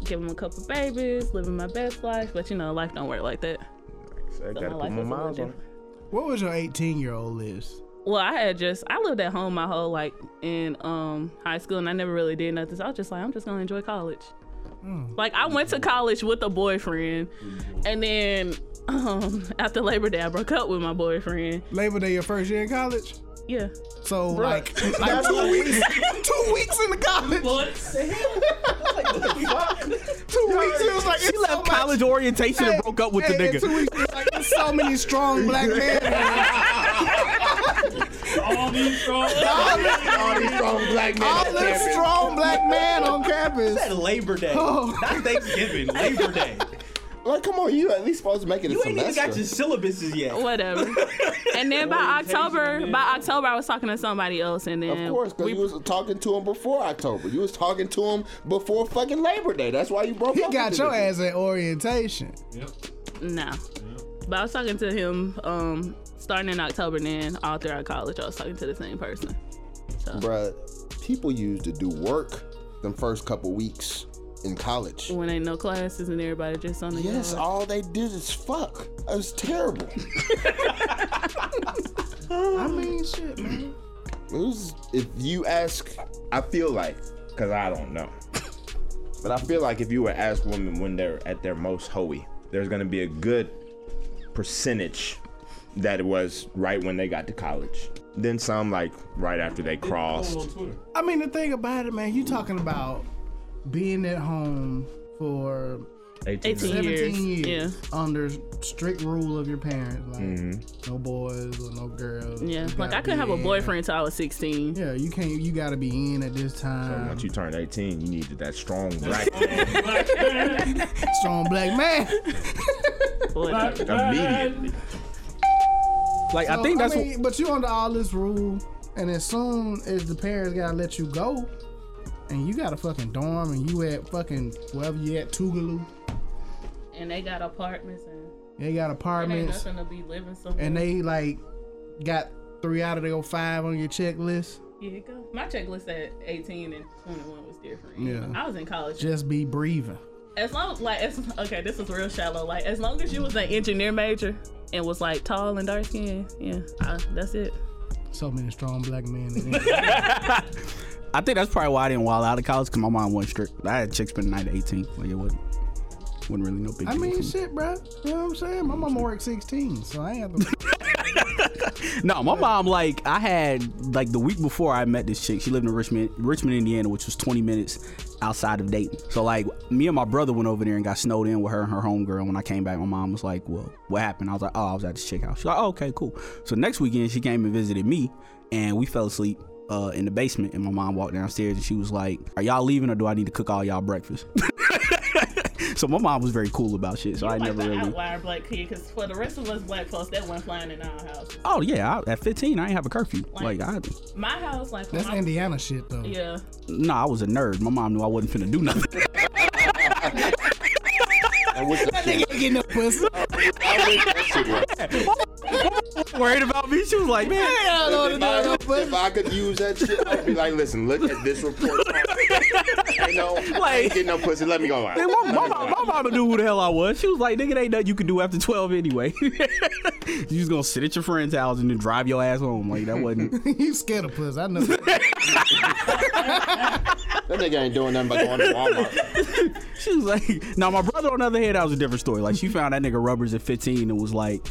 Speaker 8: give him a couple babies, living my best life. But you know, life don't work like that.
Speaker 7: So I
Speaker 8: So my
Speaker 7: gotta put
Speaker 8: life
Speaker 7: my
Speaker 8: was a little
Speaker 7: miles on.
Speaker 8: different.
Speaker 3: what was your 18 year old list?
Speaker 8: Well, I had just I lived at home my whole like in um high school and I never really did nothing. So I was just like, I'm just gonna enjoy college.
Speaker 7: Hmm.
Speaker 8: Like I went to college with a boyfriend and then um after Labor Day I broke up with my boyfriend.
Speaker 3: Labor Day, your first year in college?
Speaker 8: Yeah.
Speaker 3: So, like, like two, weeks, two weeks in the college. Two weeks, it was like,
Speaker 2: She
Speaker 3: it's so
Speaker 2: left
Speaker 3: much-
Speaker 2: college orientation and broke up with the
Speaker 3: Hey, in
Speaker 2: nigga.
Speaker 3: Two weeks, it was like, there's so many strong black men.
Speaker 9: All these strong.
Speaker 7: All these strong black men.
Speaker 3: All
Speaker 7: on
Speaker 3: this
Speaker 7: campus.
Speaker 3: strong black man on campus.
Speaker 2: Said Labor Day, not Thanksgiving. Labor Day.
Speaker 6: Like, come on, you at least supposed to make it a
Speaker 2: You ain't even
Speaker 6: semester.
Speaker 2: got your syllabuses yet.
Speaker 8: Whatever. and then by October by October I was talking to somebody else and then
Speaker 6: Of course, because you was talking to him before October. You was talking to him before fucking Labor Day. That's why you broke
Speaker 3: He
Speaker 6: up.
Speaker 3: got
Speaker 6: with
Speaker 3: your
Speaker 6: the
Speaker 3: ass at orientation.
Speaker 8: No. But I was talking to him um starting in October and then all throughout college I was talking to the same person.
Speaker 6: nigga. Bruh, people used to do work them first couple weeks in college.
Speaker 8: When ain't no classes and everybody just on the
Speaker 6: Yes,
Speaker 8: yard.
Speaker 6: all they did is fuck. It was terrible.
Speaker 3: I mean, shit, man.
Speaker 6: It was, if
Speaker 7: You ask, I feel like, because I don't know. But I feel like if you were to ask women when they're at their most hoey, there's going to be a good percentage that it was right when they got to college. Then some, like, right after they crossed.
Speaker 3: I mean, the thing about it, man, you talking about being at home for
Speaker 8: 18 years.
Speaker 3: 17 years,
Speaker 8: Yeah.
Speaker 3: under strict rule of your parents, like no boys or no girls. You
Speaker 8: Yeah, like
Speaker 3: gotta
Speaker 8: I couldn't
Speaker 3: be
Speaker 8: have a
Speaker 3: in.
Speaker 8: boyfriend till I was 16.
Speaker 3: Yeah, you can't. You gotta be in at this time.
Speaker 7: Once you turned 18, you needed that strong black
Speaker 3: Strong black man.
Speaker 8: Whatever.
Speaker 7: immediately.
Speaker 2: Like I
Speaker 3: So,
Speaker 2: think that's
Speaker 3: I mean, but you under all this rule, and as soon as the parents gotta let you go, and you got a fucking dorm, and you at fucking wherever you at Tougaloo,
Speaker 8: And they got apartments and
Speaker 3: they got apartments.
Speaker 8: to be living somewhere.
Speaker 3: and they like got three out of their five on your checklist,
Speaker 8: yeah, go. My checklist at 18 and 21 was different.
Speaker 3: Yeah.
Speaker 8: I was in college.
Speaker 3: just be breathing.
Speaker 8: As long like as, okay, this is real shallow. Like as long as you was an engineer major and was like tall and dark skinned, yeah, I, that's it.
Speaker 3: So many strong black men. in there.
Speaker 2: I think that's probably why I didn't wall out of college because my mom wasn't strict. I had chicks been nine to eighteen. Like it wasn't wasn't really no big.
Speaker 3: I
Speaker 2: deal
Speaker 3: mean,
Speaker 2: for me.
Speaker 3: shit, bruh. You know what I'm saying? My mama worked 16, so I ain't have to.
Speaker 2: No, my mom like I had like the week before I met this chick. She lived in Richmond, Richmond, Indiana, which was 20 minutes outside of Dayton. So like me and my brother went over there and got snowed in with her and her homegirl. When I came back, my mom was like, "Well, what happened?" I was like, "Oh, I was at this chick house." She's like, oh, "Okay, cool." So next weekend she came and visited me, and we fell asleep. Uh, in the basement, and my mom walked downstairs and she was like, Are y'all leaving or do I need to cook all y'all breakfast? so, my mom was very cool about shit. So, I never really.
Speaker 8: outlier black kid, because for the rest of us black folks, that wasn't flying in our house.
Speaker 2: Oh, yeah, I, at 15, I didn't have a curfew. Like, I
Speaker 8: My house, like
Speaker 3: That's Indiana shit, though.
Speaker 8: yeah.
Speaker 2: No, I was a nerd. My mom knew I wasn't finna do nothing.
Speaker 6: I wish that shit,
Speaker 3: Getting no pussy.
Speaker 6: I wish that shit was.
Speaker 2: Worried about me? She was like, man.
Speaker 3: Hell no,
Speaker 6: If I,
Speaker 3: no
Speaker 6: if I could use that shit, I'd be like, listen, look at this report. card.
Speaker 7: ain't no, I ain't
Speaker 2: Like-
Speaker 7: getting no pussy. Let me go.
Speaker 2: Man, my, my, mom- my mama knew who the hell I was. She was like, nigga, ain't nothing you can do after 12 anyway. you just gonna sit at your friend's house and then drive your ass home. Like, that wasn't.
Speaker 3: you scared of puss. I know.
Speaker 7: That nigga ain't doing nothing but going to Walmart.
Speaker 2: she was like, now my brother, on the other hand, that was a different story. Like, she found that nigga rubbers at 15 and was like,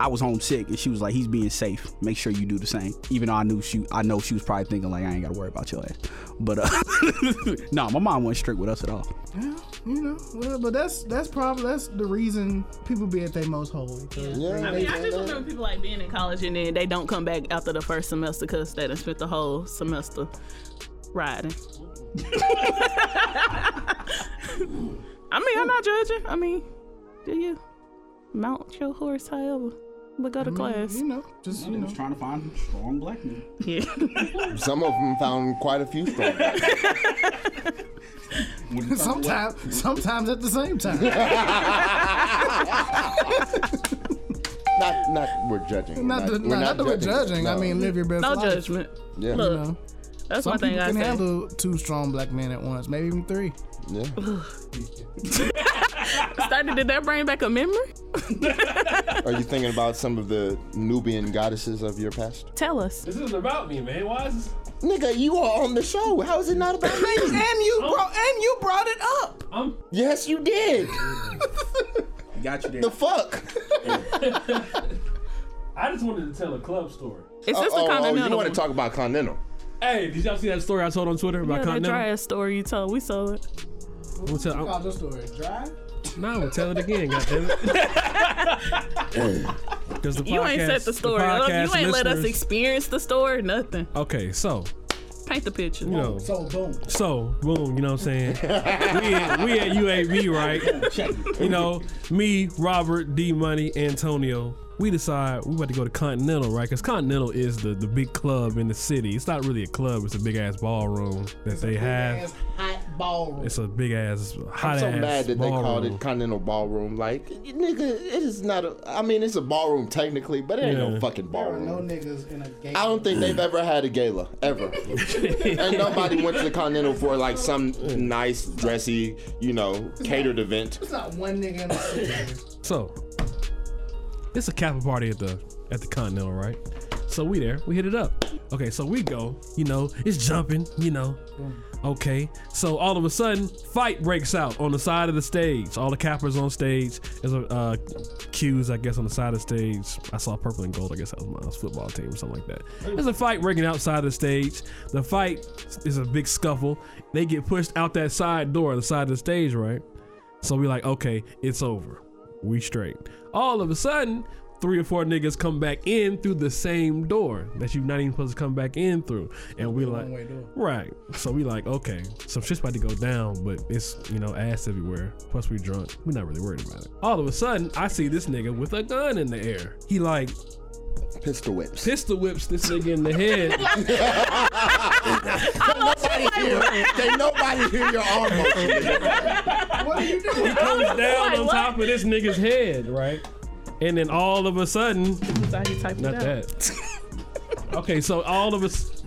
Speaker 2: I was homesick. And she was like, he's being safe. Make sure you do the same. Even though I knew she, I know she was probably thinking, like, I ain't gotta worry about your ass. But, uh, nah, my mom wasn't strict with us at all.
Speaker 3: Yeah, you know, well, but that's that's probably that's the reason people be at their most holy. 'cause
Speaker 6: Yeah,
Speaker 8: I mean, I just remember people like being in college and then they don't come back after the first semester because they done spent the whole semester riding. I mean, I'm not judging. I mean, do you mount your horse however, but go to class?
Speaker 3: You know, just you know,
Speaker 2: trying to find strong black men.
Speaker 8: Yeah.
Speaker 6: Some of them found quite a few strong.
Speaker 3: sometimes sometimes at the same time.
Speaker 6: not, not we're judging.
Speaker 3: Not the, not, not that we're judging. I
Speaker 6: No.
Speaker 3: mean, live your best
Speaker 8: No
Speaker 3: life.
Speaker 8: judgment.
Speaker 6: yeah,
Speaker 8: Look,
Speaker 3: You know,
Speaker 8: that's
Speaker 3: some
Speaker 8: one thing
Speaker 3: people
Speaker 8: I
Speaker 3: can
Speaker 8: say.
Speaker 3: handle two strong black men at once, maybe even three.
Speaker 6: yeah.
Speaker 8: Started, did that bring back a memory?
Speaker 6: Are you thinking about some of the Nubian goddesses of your past?
Speaker 8: Tell us.
Speaker 1: This isn't about me, man. Why is this?
Speaker 6: Nigga, you are on the show. How is it not about me?
Speaker 3: you brought and you brought it up.
Speaker 1: I'm
Speaker 6: yes, you did.
Speaker 2: Got you there.
Speaker 6: The fuck?
Speaker 1: I just wanted to tell a club story.
Speaker 8: It's just
Speaker 7: Oh,
Speaker 8: a
Speaker 7: oh,
Speaker 8: continental.
Speaker 7: you want
Speaker 8: one.
Speaker 7: to talk about Continental?
Speaker 1: Hey, did y'all see that story I told on Twitter about
Speaker 8: yeah, that
Speaker 1: Continental?
Speaker 8: dry ass story you told. We saw it.
Speaker 1: I'm gonna tell, I'm,
Speaker 3: Call this story dry.
Speaker 1: no, I'm gonna tell it again, goddammit. Because the
Speaker 8: You ain't
Speaker 1: podcast-
Speaker 8: set the story up. You ain't
Speaker 1: podcast
Speaker 8: let us
Speaker 1: listeners- Oh.
Speaker 8: experience the story. Nothing.
Speaker 1: Okay, so
Speaker 8: Paint the picture.
Speaker 1: you know,
Speaker 3: So boom.
Speaker 1: so boom, you know what I'm saying? we, at, we at UAB, right? You know, me, Robert, D Money, Antonio. We decide we about to go to Continental, right? Because Continental is the the big club in the city. It's not really a club; it's a big ass ballroom that they have.
Speaker 3: Ass hot ballroom.
Speaker 1: It's a big ass hot
Speaker 7: I'm so
Speaker 1: ass
Speaker 7: mad that they called
Speaker 1: ballroom.
Speaker 7: it Continental Ballroom. Like, nigga, it is not a. I mean, it's a ballroom technically, but it ain't
Speaker 1: Yeah.
Speaker 7: no fucking
Speaker 3: There are
Speaker 7: ballroom.
Speaker 3: no niggas in a game.
Speaker 7: I don't think they've ever had a gala ever. and nobody went to the Continental for like some nice, dressy, you know, catered event.
Speaker 3: There's not one nigga in the city.
Speaker 1: So it's a Kappa party at the at the Continental, right? So we there, we hit it up. Okay, so we go, you know, it's jumping, you know. Okay, so all of a sudden, fight breaks out on the side of the stage. All the cappers on stage. There's a uh, cues, I guess, on the side of the stage. I saw purple and gold. I guess that was my football team or something like that. There's a fight breaking outside of the stage. The fight is a big scuffle. They get pushed out that side door, the side of the stage, right? So we like, okay, it's over. We straight. All of a sudden, three or four niggas come back in through the same door that you're not even supposed to come back in through. And we like,
Speaker 3: way door.
Speaker 1: right. So we like, okay, some shit's about to go down, but it's, you know, ass everywhere. Plus we drunk. We're not really worried about it. All of a sudden, I see this nigga with a gun in the air. He like
Speaker 6: Pistol whips.
Speaker 1: pistol whips this nigga in the head.
Speaker 6: Can nobody hear your arm motion?
Speaker 3: What are you doing?
Speaker 1: comes down
Speaker 8: Wait,
Speaker 1: on
Speaker 8: what?
Speaker 1: top of this nigga's head, right? And then all of a sudden,
Speaker 8: That's how he typed it
Speaker 1: Not
Speaker 8: out.
Speaker 1: that. okay, so all of us.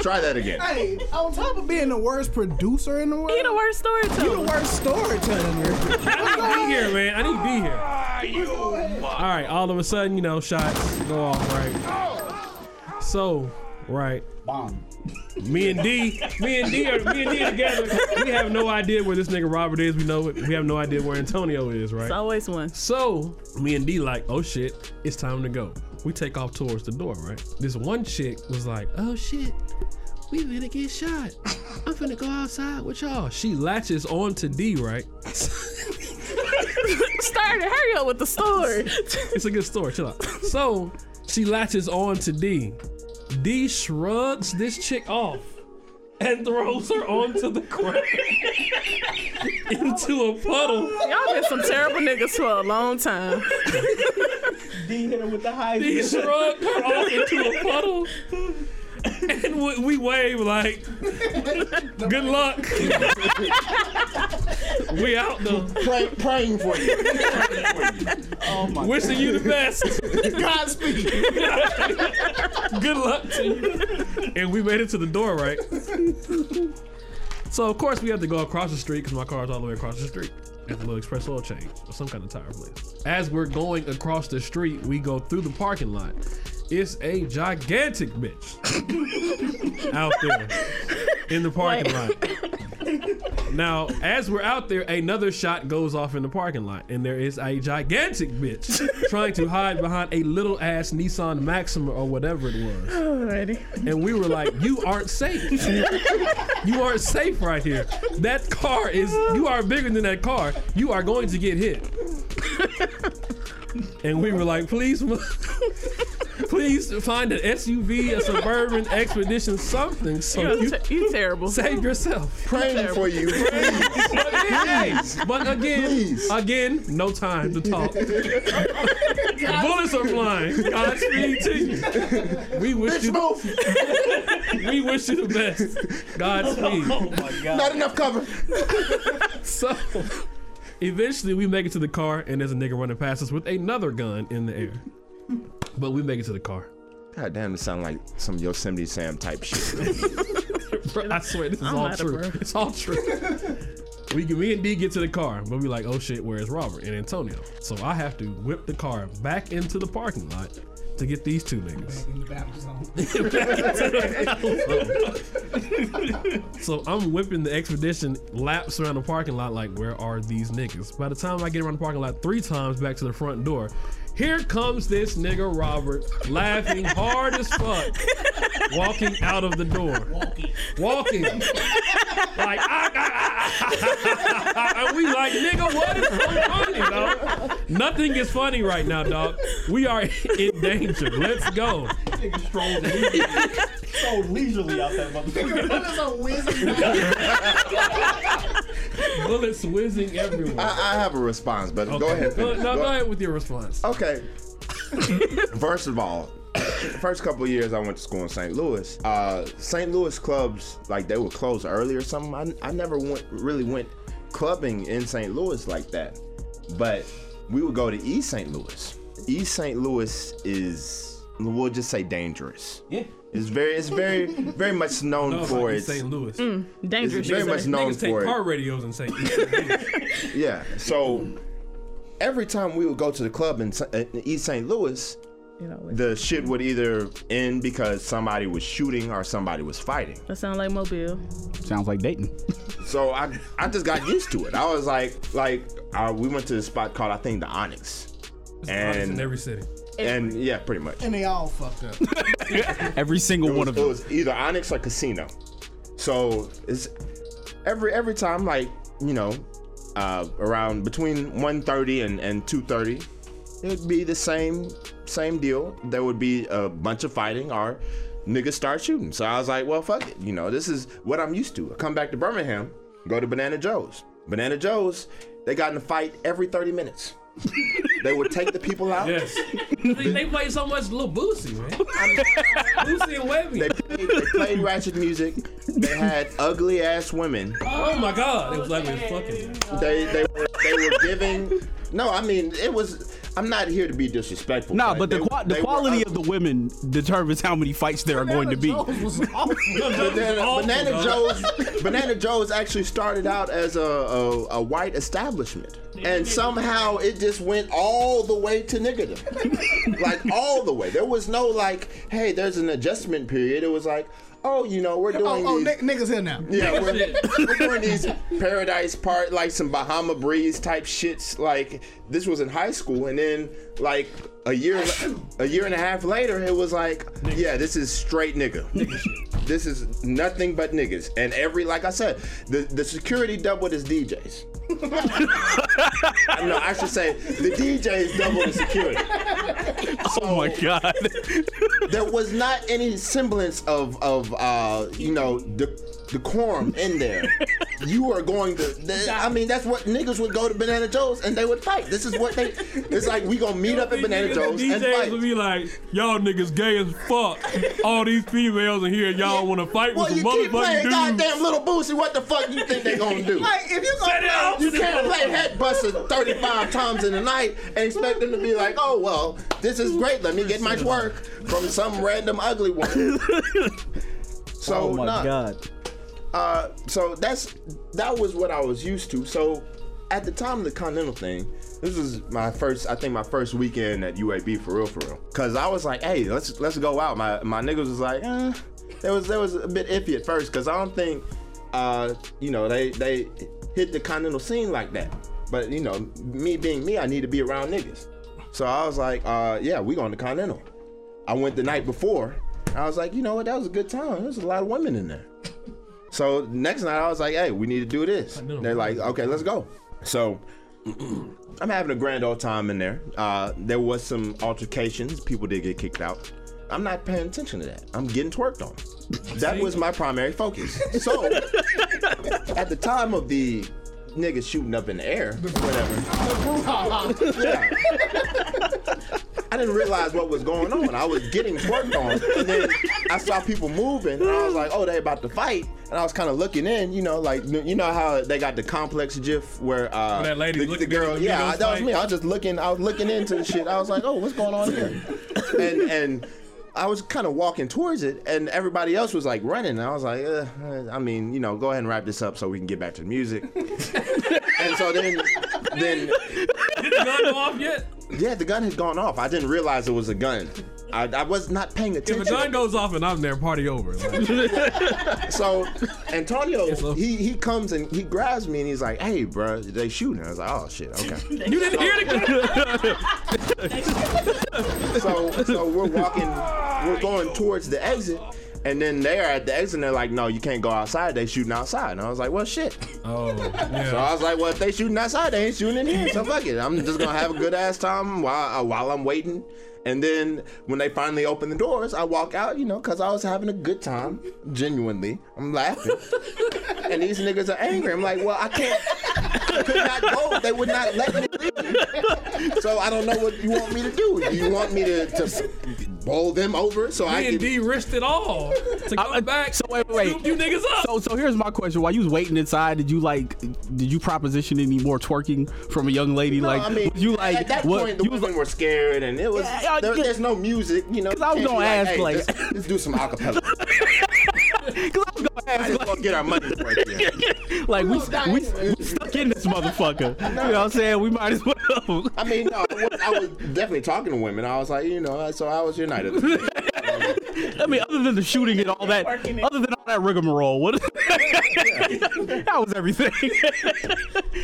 Speaker 7: Try that again.
Speaker 3: Hey, on top of being the worst producer in the world,
Speaker 8: He the worst
Speaker 3: you the
Speaker 8: storyteller.
Speaker 3: worst storyteller.
Speaker 1: I need to be here, man. I need to be here. all right, all of a sudden, you know, shots go off, right? So, right.
Speaker 2: Bomb.
Speaker 1: Me and D, me and D are me and D are together. We have no idea where this nigga Robert is. We know it. We have no idea where Antonio is, right?
Speaker 8: It's always one.
Speaker 1: So me and D like, oh shit, it's time to go. We take off towards the door, right? This one chick was like, oh shit, we finna get shot. I'm finna go outside with y'all. She latches on to D, right?
Speaker 8: Started. Hurry up with the story.
Speaker 1: It's a good story. Chill out. So she latches on to D. D shrugs this chick off and throws her onto the ground into a puddle.
Speaker 8: Y'all been some terrible niggas for a long time.
Speaker 2: D hit him with the high.
Speaker 1: He shrugged her off into a puddle. and we, we wave like, good luck. we out though.
Speaker 7: Pray, praying for you. oh my
Speaker 1: Wishing you the best.
Speaker 7: Godspeed.
Speaker 1: good luck to you. And we made it to the door, right? So of course we have to go across the street because my car's all the way across the street at the little express oil change or some kind of tire place. As we're going across the street, we go through the parking lot. It's a gigantic bitch out there in the parking lot. Now, as we're out there, another shot goes off in the parking lot, and there is a gigantic bitch trying to hide behind a little ass Nissan Maxima or whatever it was.
Speaker 8: Alrighty.
Speaker 1: And we were like, you aren't safe. you aren't safe right here. That car is, you are bigger than that car. You are going to get hit. and we were like, please, mo- please find an SUV, a Suburban Expedition, something. So
Speaker 8: You're,
Speaker 1: you
Speaker 8: te- you terrible.
Speaker 1: save yourself.
Speaker 7: Praying for you.
Speaker 1: But again, but again, again, no time to talk. Bullets are flying. Godspeed to you. We wish you
Speaker 7: Move.
Speaker 1: we wish you the best. Godspeed.
Speaker 7: Not enough cover.
Speaker 1: So eventually we make it to the car and there's a nigga running past us with another gun in the air. But we make it to the car.
Speaker 7: God damn, it sound like some Yosemite Sam type shit.
Speaker 1: Bro, I swear this is
Speaker 8: I'm
Speaker 1: all
Speaker 8: out of
Speaker 1: true.
Speaker 8: breath.
Speaker 1: It's all true. We can, me and D get to the car, but we like, oh shit, where is Robert and Antonio? So I have to whip the car back into the parking lot to get these two niggas.
Speaker 3: In the battle zone.
Speaker 1: So I'm whipping the expedition laps around the parking lot, like, where are these niggas? By the time I get around the parking lot three times back to the front door, here comes this nigga Robert, laughing hard as fuck, walking out of the door. Walking. Walking. like, ah, ah, ah, ah, ah, ah, ah. And we like, nigga, what is so funny, dog? Nothing is funny right now, dog. We are in danger. Let's go.
Speaker 9: Nigga strolled leisurely, strolled leisurely out that motherfucker.
Speaker 1: Bullets whizzing everywhere.
Speaker 7: I, I have a response, but Uh, go
Speaker 1: Okay.
Speaker 7: ahead. Oh.
Speaker 1: No,
Speaker 7: finish.
Speaker 1: no,
Speaker 7: Go-
Speaker 1: go ahead with your response.
Speaker 7: Okay. First of all, the first couple of years I went to school in St. Louis, uh, St. Louis clubs like they would close early or something. I, I never went really went clubbing in St. Louis like that, but we would go to East St. Louis. East St. Louis is we'll just say dangerous.
Speaker 9: Yeah.
Speaker 7: It's very it's very very much known
Speaker 1: No, it's
Speaker 7: for
Speaker 1: like in
Speaker 7: its
Speaker 1: St. Louis.
Speaker 8: Dangerous.
Speaker 7: it's very
Speaker 8: you
Speaker 7: much
Speaker 8: say.
Speaker 7: known
Speaker 1: Niggas take
Speaker 7: for it.
Speaker 1: car radios in St. Louis.
Speaker 7: Yeah. So every time we would go to the club in, Sa- in East St. Louis,
Speaker 8: You know, it's-
Speaker 7: the shit would either end because somebody was shooting or somebody was fighting.
Speaker 8: that sound like Mobile.
Speaker 2: Sounds like Dayton.
Speaker 7: So I I just got used to it. I was like like uh, we went to a spot called I think the Onyx.
Speaker 1: Honest, in
Speaker 7: And
Speaker 1: every city.
Speaker 7: and yeah, pretty much.
Speaker 3: And they all fucked up.
Speaker 2: Every single
Speaker 7: It
Speaker 2: one
Speaker 7: was,
Speaker 2: of
Speaker 7: it
Speaker 2: them.
Speaker 7: was either Onyx or Casino. So it's every every time like you know uh, around between 1.30 and and 2.30 it would be the same same deal there would be a bunch of fighting or niggas start shooting so i was like well fuck it you know this is what i'm used to I come back to birmingham go to banana joe's banana joe's they got in a fight every 30 minutes they would take the people out
Speaker 1: Yes. they, they play so much Lil Boosie, man. Boosie and Webby.
Speaker 7: they, played, they played ratchet music they had ugly ass women
Speaker 1: oh my God. It was like we fucking.
Speaker 7: they they were, they were giving. No, I mean it was. I'm not here to be disrespectful.
Speaker 2: Nah, but the,
Speaker 7: they-
Speaker 2: qua- the
Speaker 7: they were
Speaker 2: quality
Speaker 7: ugly.
Speaker 2: of the women determines how many fights there are going to be.
Speaker 7: Banana,
Speaker 1: Awful,
Speaker 7: Banana
Speaker 1: dog.
Speaker 7: Joe's Banana Joe's actually started out as a, a, a white establishment, and somehow it just went all the way to niggerdom, like all the way. There was no like, hey, there's an adjustment period. It was like, oh, you know, we're
Speaker 3: Oh,
Speaker 7: doing
Speaker 3: oh
Speaker 7: these.
Speaker 3: n- niggas here now.
Speaker 7: Yeah, we're, we're doing these paradise part like some Bahama breeze type shits. Like this was in high school, and then like a year, a year and a half later, it was like, yeah, this is straight nigga. This is nothing but niggas, and every like I said, the the security doubled as DJs. no, I should say the DJs doubled as security.
Speaker 2: Oh my god.
Speaker 7: There was not any semblance of of uh, you know dec- decorum in there. you are going to. th- I mean, that's what niggas would go to Banana Joe's and they would fight. This is what they. It's like we gonna meet up at Banana Joe's
Speaker 1: DJs
Speaker 7: and fight.
Speaker 1: would be like, y'all niggas gay as fuck. All these females in here, y'all want to fight
Speaker 7: Well,
Speaker 1: with
Speaker 7: you
Speaker 1: some
Speaker 7: keep
Speaker 1: motherfucking
Speaker 7: playing
Speaker 1: dudes.
Speaker 7: goddamn little boosie. What the fuck you think they gonna do?
Speaker 9: Like, if you gonna play,
Speaker 7: You can't play Headbuster 35 times in the night and expect them to be like, oh, well, this is great. Let me get my twerk from some random ugly one. So,
Speaker 2: Oh my
Speaker 7: nah.
Speaker 2: god.
Speaker 7: Uh, so that's that was what I was used to. So at the time of the Continental thing, this was my first, I think my first weekend at UAB for real, for real. Cause I was like, hey, let's let's go out. My my niggas was like, eh. There was there was a bit iffy at first, cause I don't think, uh, you know, they they hit the Continental scene like that. But you know, me being me, I need to be around niggas. So I was like, uh, yeah, we going to Continental. I went the night before. I was like, you know what, that was a good time. There's a lot of women in there. So next night I was like, hey, we need to do this. They're like, okay, let's go. So I'm having a grand old time in there. Uh, there was some altercations. People did get kicked out. I'm not paying attention to that. I'm getting twerked on. That was my primary focus. So at the time of the niggas shooting up in the air, whatever. Yeah. I didn't realize what was going on. I was getting twerked on, and then I saw people moving, and I was like, "Oh, they about to fight." And I was kind of looking in, you know, like you know how they got the complex GIF where uh,
Speaker 1: That lady
Speaker 7: the, the
Speaker 1: looking
Speaker 7: girl,
Speaker 1: in the
Speaker 7: yeah,
Speaker 1: windows
Speaker 7: that was
Speaker 1: like-
Speaker 7: me. I was just looking, I was looking into the shit. I was like, "Oh, what's going on here?" And and I was kind of walking towards it, and everybody else was like running. And I was like, uh, uh, "I mean, you know, go ahead and wrap this up so we can get back to the music." and so then then
Speaker 1: Did the gun go off yet?
Speaker 7: yeah, the gun had gone off. I didn't realize it was a gun. I, I was not paying
Speaker 1: If a
Speaker 7: attention.
Speaker 1: gun goes off and I'm there, party over. Like,
Speaker 7: So Antonio,
Speaker 1: love.
Speaker 7: he he comes and he grabs me and he's like, "Hey, bro, they shooting." I was like, "Oh shit, okay."
Speaker 1: you didn't hear the gun.
Speaker 7: so so we're walking, we're going towards the exit, and then they are at the exit. and They're like, "No, you can't go outside. They shooting outside." And I was like, "Well, shit."
Speaker 1: Oh,
Speaker 7: So
Speaker 1: yeah.
Speaker 7: I was like, "Well, if they shooting outside, they ain't shooting in here. So fuck it. I'm just gonna have a good ass time while uh, while I'm waiting." And then when they finally open the doors, I walk out, you know, cause I was having a good time. Genuinely, I'm laughing, and these niggas are angry. I'm like, "Well, I can't." I could not go. They would not let me leave. So I don't know what you want me to do. Do you want me to, to bowl them over so I
Speaker 1: I
Speaker 7: can?
Speaker 1: didn't de-risked it all to come
Speaker 2: I-
Speaker 1: back.
Speaker 2: so wait, wait,
Speaker 1: scoop you niggas up.
Speaker 2: So so here's my question. While you was waiting inside, did you like did you proposition any more twerking from a young lady?
Speaker 7: No,
Speaker 2: like
Speaker 7: I mean,
Speaker 2: was you like
Speaker 7: at that
Speaker 2: what,
Speaker 7: point, the
Speaker 2: you was
Speaker 7: women were scared, and it was
Speaker 2: Yeah, I-
Speaker 7: there, there's no music, you know.
Speaker 2: 'Cause I was
Speaker 7: Can't be
Speaker 2: gonna ask, like-
Speaker 7: let's, let's do some acapella.
Speaker 2: like, 'Cause I was gonna
Speaker 7: I
Speaker 2: ask,
Speaker 7: just gonna get our money worth. Yeah.
Speaker 2: like, like, we, we, we stuck in this motherfucker. You know what I'm saying? We might as well.
Speaker 7: I mean, no, I was, I was definitely talking to women. I was like, you know, so I was united.
Speaker 2: I mean, other than the shooting and all that,
Speaker 8: Working it.
Speaker 2: other than all that rigmarole, what? that was everything.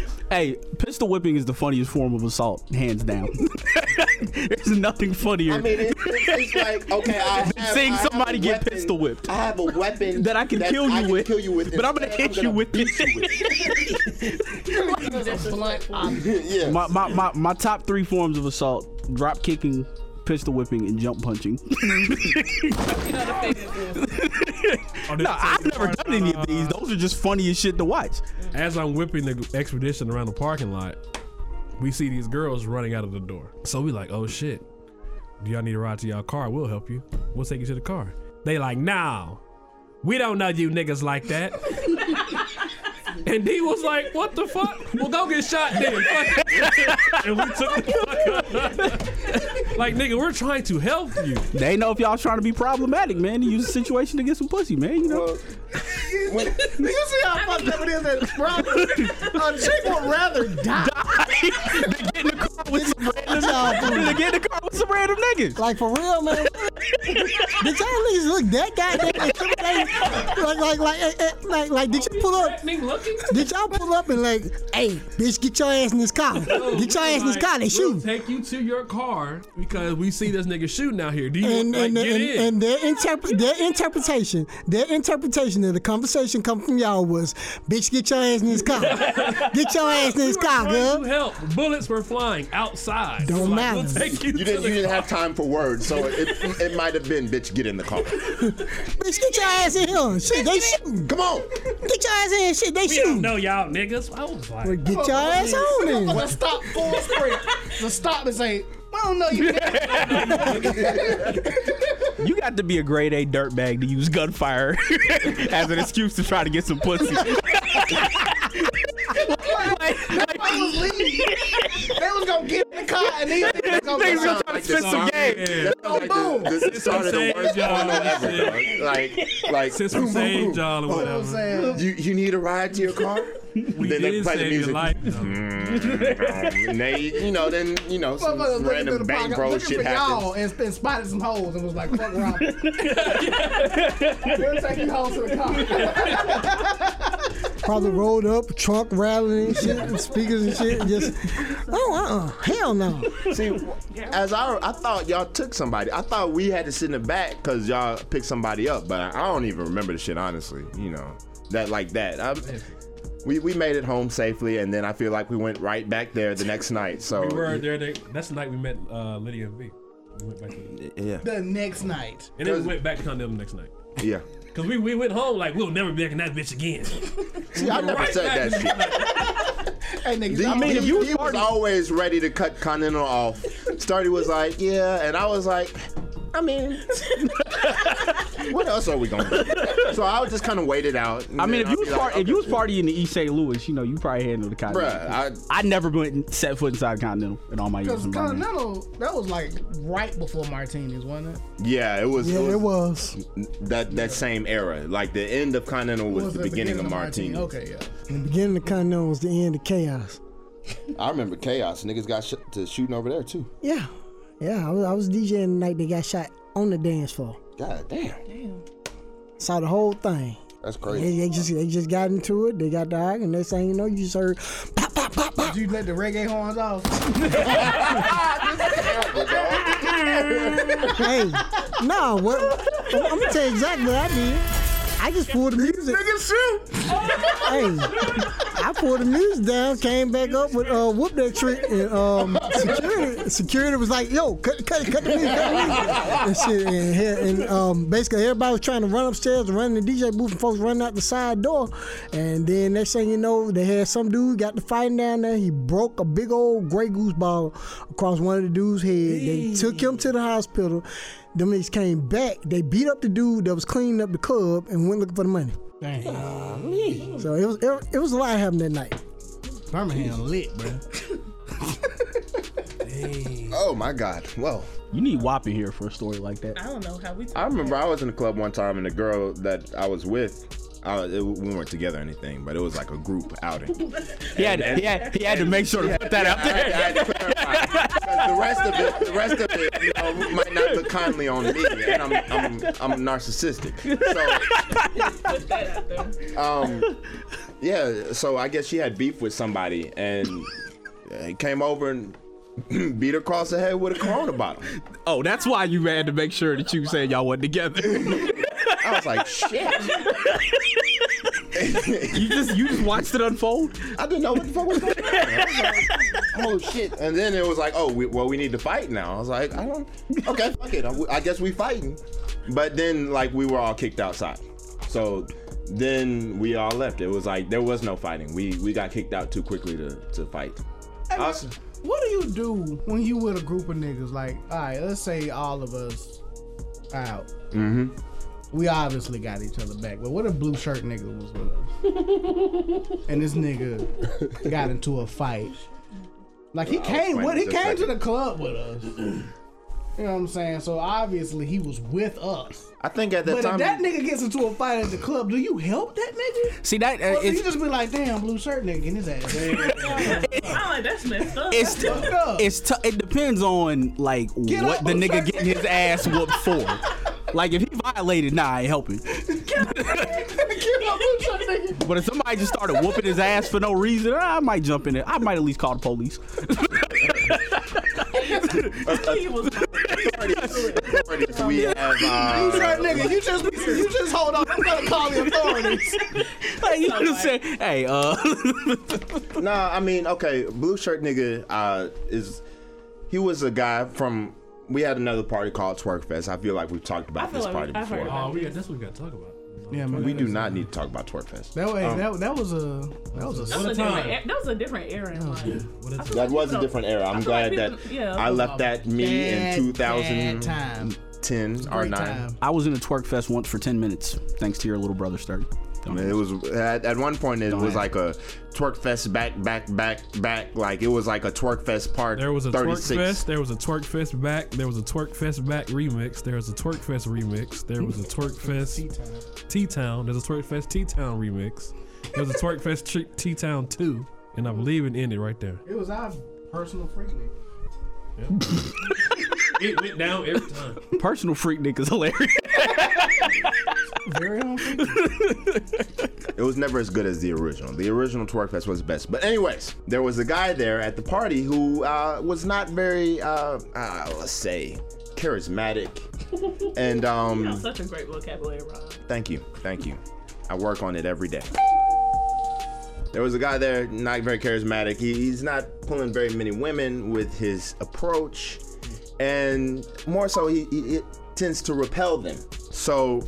Speaker 2: hey, pistol whipping is the funniest form of assault, hands down. There's nothing funnier
Speaker 7: I mean, it, it's like okay, I have,
Speaker 2: Seeing
Speaker 7: I have
Speaker 2: somebody
Speaker 7: a
Speaker 2: get
Speaker 7: weapon-
Speaker 2: pistol whipped.
Speaker 7: I have a weapon
Speaker 2: that I can kill you
Speaker 7: I
Speaker 2: with.
Speaker 7: kill you with,
Speaker 2: but I'm gonna
Speaker 7: instead,
Speaker 2: hit you
Speaker 7: gonna
Speaker 2: with
Speaker 7: beat
Speaker 2: this.
Speaker 7: you with it. yeah.
Speaker 2: my, my, my, my top three forms of assault drop kicking, pistol whipping, and jump punching.
Speaker 1: Oh, this
Speaker 2: no,
Speaker 1: is-
Speaker 2: I've never done any of these. Those are just funny as shit to watch.
Speaker 1: As I'm whipping the expedition around the parking lot, we see these girls running out of the door. So we like, oh shit. Do y'all need a ride to y'all car? We'll help you. We'll take you to the car. They like, nah, we don't know you niggas like that. and D was like, what the fuck? Well, go get shot then. Fuck it. and we took the fuck Like, nigga, we're trying to help you.
Speaker 2: They know if y'all trying to be problematic, man. To use the situation to get some pussy, man. You know.
Speaker 7: Well, when,
Speaker 9: You see how fucked up it is at Bravo? A chick would rather die.
Speaker 2: they get in the car with some random. they get in the car with some random niggas.
Speaker 10: Like for real, man. did y'all at least look that goddamn intimidating? Like, like, like, eh, eh, like, like, did you pull up?
Speaker 1: looking?
Speaker 10: Did y'all pull up and like, hey, bitch, get your ass in this car. Get your ass in this car. They
Speaker 1: Like, we'll
Speaker 10: shoot.
Speaker 1: Take you to your car because we see this nigga shooting out here. Do you
Speaker 10: And
Speaker 1: like,
Speaker 10: and,
Speaker 1: get
Speaker 10: and,
Speaker 1: in?
Speaker 10: and their interpre- their interpretation, their interpretation of the conversation come from y'all was, bitch, get your ass in this car. Get your ass in
Speaker 1: We
Speaker 10: this
Speaker 1: were
Speaker 10: car,
Speaker 1: trying
Speaker 10: ah, girl.
Speaker 1: to help. Bullets were flying outside.
Speaker 10: Don't
Speaker 1: We're like, we'll
Speaker 10: matter.
Speaker 1: take you
Speaker 7: you
Speaker 1: to
Speaker 7: didn't
Speaker 1: the
Speaker 7: you didn't
Speaker 1: car.
Speaker 7: have time for words, so it it might have been bitch get in the car.
Speaker 10: Bitch, get your
Speaker 5: ass in here. Shit, they shooting.
Speaker 7: Come on.
Speaker 5: Get your ass in here. Shit, they
Speaker 1: we
Speaker 5: shooting.
Speaker 1: don't know y'all niggas. I was like,
Speaker 5: Well, get your ass on then.
Speaker 3: The stop full sprint. The stop and say, I don't know you.
Speaker 2: You got to be a grade A dirtbag to use gunfire as an excuse to try to get some pussy.
Speaker 3: That's why I was leaving. They was gonna get in the car and these niggas was gonna
Speaker 2: Niggas
Speaker 3: come
Speaker 2: gonna
Speaker 3: out.
Speaker 2: try to spit some game.
Speaker 1: yeah.
Speaker 7: That sounds like
Speaker 3: Boom.
Speaker 7: the- This is sort of the
Speaker 1: Save
Speaker 7: worst
Speaker 1: y'all.
Speaker 7: porno ever, dog. Like, like
Speaker 1: since we saved y'all or
Speaker 7: Boom.
Speaker 1: whatever,
Speaker 7: You you need a ride to your car?
Speaker 1: we
Speaker 7: Then they
Speaker 1: did
Speaker 7: play
Speaker 1: save
Speaker 7: the
Speaker 1: your
Speaker 7: music.
Speaker 1: life. though.
Speaker 7: and they, you know, then you know
Speaker 3: Motherfuckers
Speaker 7: some
Speaker 3: looking through
Speaker 7: random
Speaker 3: the
Speaker 7: bang
Speaker 3: pocket,
Speaker 7: bro
Speaker 3: looking
Speaker 7: shit
Speaker 3: for y'all
Speaker 7: happens.
Speaker 3: and, and spotted some holes and was like, fuck Robin. We'll take you hoes to the car.
Speaker 5: Probably rolled up, trunk rattling and shit, and speakers and shit. And just, oh, uh-uh. Hell no.
Speaker 7: See, as I I thought y'all took somebody. I thought we had to sit in the back because y'all picked somebody up. But I don't even remember the shit honestly. You know that like that. i we, we made it home safely, and then I feel like we went right back there the next night. So
Speaker 1: We were there. They, that's the night we met uh, Lydia and V. We went back to them.
Speaker 7: yeah,
Speaker 3: the next night.
Speaker 1: and then we went back to them next night.
Speaker 7: yeah.
Speaker 1: Cause we, we went home like we'll never be back in that bitch again.
Speaker 7: See, I never said that shit.
Speaker 3: Hey niggas,
Speaker 7: D,
Speaker 3: I mean,
Speaker 7: D- D was always ready to cut Continental off. Stardy was like, yeah, and I was like, I mean, what else are we gonna do? So I was just kind of waited out. and
Speaker 2: I mean, if
Speaker 7: then I'd
Speaker 2: you was
Speaker 7: be like,
Speaker 2: part, if
Speaker 7: okay,
Speaker 2: you was
Speaker 7: cool.
Speaker 2: partying in the East St. Louis, you know you probably handle the Continental.
Speaker 7: Bruh, I-
Speaker 2: I never went and set foot inside Continental in all my years.
Speaker 3: because
Speaker 2: in Birmingham.
Speaker 3: Continental, that was like right before Martinez, wasn't it?
Speaker 7: yeah, it was,
Speaker 5: Yeah,
Speaker 7: it
Speaker 5: it
Speaker 7: was
Speaker 5: was.
Speaker 7: that that same era. Like the end of Continental was,
Speaker 3: Was
Speaker 7: the,
Speaker 3: it
Speaker 7: beginning, of Martini.
Speaker 3: Okay, yeah.
Speaker 5: The beginning of Condom was the end of chaos.
Speaker 6: I remember chaos. Niggas got sh- to shooting over there too.
Speaker 5: Yeah. Yeah, I was, I was DJing the night they got shot on the dance floor.
Speaker 6: God damn,
Speaker 5: Saw the whole thing.
Speaker 6: that's
Speaker 5: They,
Speaker 6: crazy.
Speaker 5: they just they just got into it. They got died, and next thing you know, you just heard pop, pop, pop, pop.
Speaker 3: Did you let the reggae horns off?
Speaker 5: hey, no, what? I'm gonna tell you exactly what I did. I just pulled the music. Hey, I pulled the music down, came back up with uh, whoop that trick, and um, security, security was like, "Yo, cut, cut, cut the music, cut the music," and shit. And, here- and um, basically, everybody was trying to run upstairs and run in the DJ booth, and folks running out the side door. And then next thing you know, they had some dude got to fighting down there. He broke a big old gray goose ball across one of the dude's head. They took him to the hospital. Them niggas came back. They beat up the dude that was cleaning up the club and went looking for the money.
Speaker 3: Dang,
Speaker 5: So it was it, it was a lot happening that night.
Speaker 3: Birmingham lit, bro.
Speaker 7: Oh my God! Well,
Speaker 2: You need Whopping here for a story like that.
Speaker 8: I don't know how we.
Speaker 7: I remember I was in the club one time, and the girl that I was with, I, it, we weren't together or anything, but it was like a group outing.
Speaker 2: He had, he had, he had to make sure to put that out
Speaker 7: I had,
Speaker 2: there.
Speaker 7: to- I had to clarify. 'Cause The rest of it, the rest of it, you know, might not look kindly on me, and I'm, I'm, I'm narcissistic. So, um, yeah. So I guess she had beef with somebody, and uh, came over and beat her across the head with a Corona bottle.
Speaker 2: Oh, that's why you had to make sure that you said y'all wasn't together.
Speaker 7: I was like, shit.
Speaker 2: you just, you just watched it unfold.
Speaker 7: I didn't know what the fuck was going on. I was like, oh shit! And then it was like, oh, we, well, we need to fight now. I was like, I don't. Okay, fuck it. I, I guess we fighting. But then like we were all kicked outside. So then we all left. It was like there was no fighting. We we got kicked out too quickly to to fight. Awesome.
Speaker 3: What do you do when you with a group of niggas? Like, all right, let's say all of us out. Mm-hmm. We obviously got each other back, but what if blue shirt nigga was with us? and this nigga got into a fight. Like he came
Speaker 7: explain
Speaker 3: with, he
Speaker 7: this in a
Speaker 3: came to
Speaker 7: second.
Speaker 3: the club with us. you know what I'm saying? So obviously he was with us.
Speaker 7: I think at that
Speaker 3: But
Speaker 7: time.
Speaker 3: if that nigga gets into a fight at the club, do you help that nigga?
Speaker 2: See that uh,
Speaker 3: Or do you
Speaker 2: it's,
Speaker 3: just be like, damn, blue shirt nigga in his ass.
Speaker 8: I'm like, that's messed up.
Speaker 2: it's, it's t- it depends on like
Speaker 3: Get
Speaker 2: what
Speaker 3: up,
Speaker 2: the nigga
Speaker 3: Buster.
Speaker 2: getting his ass whooped for. Like if he violated, nah, I ain't helping. But if somebody just started whooping his ass for no reason, I might jump in it. I might at least call the police.
Speaker 7: authorities, we have. Uh,
Speaker 3: Blue shirt nigga, you just you just hold on. I'm gonna call the authorities.
Speaker 2: Like, you know what I'm saying? Hey, uh,
Speaker 7: Nah, I mean, okay, blue shirt nigga uh, is he was a guy from we had another party called Twerk Fest. I feel like we've talked about
Speaker 8: feel
Speaker 7: this
Speaker 8: like
Speaker 7: party
Speaker 8: I've heard
Speaker 7: before.
Speaker 8: about
Speaker 1: Oh, we that's what we gotta talk about.
Speaker 3: Yeah, man.
Speaker 7: we do not need to talk about Twerk Fest.
Speaker 3: That way,
Speaker 7: Um,
Speaker 3: that, that was a that was a
Speaker 8: That was a different era. That was a different era. in life. I feel
Speaker 7: That
Speaker 8: like
Speaker 7: was a
Speaker 8: people-
Speaker 7: different era.
Speaker 8: I
Speaker 7: I'm
Speaker 8: feel like
Speaker 7: glad that
Speaker 8: people- yeah,
Speaker 7: I
Speaker 8: it was
Speaker 7: left
Speaker 8: a
Speaker 7: that me in
Speaker 8: bad, bad time.
Speaker 7: 2010 or nine.
Speaker 2: I was in a twerk fest once for 10 minutes, thanks to your little brother, Sturdy.
Speaker 7: It was at, at one point it was like a twerk fest back back back back like it was like a twerk fest part.
Speaker 1: There was a twerk fest. There was a twerk fest back. There was a twerk fest back remix. There was a twerk fest remix. There was a twerk fest T Town. There's a twerk fest T Town remix. There's a twerk fest T Town two, and I believe it ended right there.
Speaker 3: It was our personal freak nick.
Speaker 1: It went down every time.
Speaker 2: Personal freak Nick is hilarious.
Speaker 3: Very own
Speaker 7: It was never as good as the original. The original Twerk Fest was the best. But anyways, there was a guy there at the party who uh, was not very, uh, uh, let's say, charismatic. And um,
Speaker 8: You have such a great vocabulary, Rob.
Speaker 7: Thank you. Thank you. I work on it every day. There was a guy there, not very charismatic. He, he's not pulling very many women with his approach. And more so, he, he it tends to repel them. So.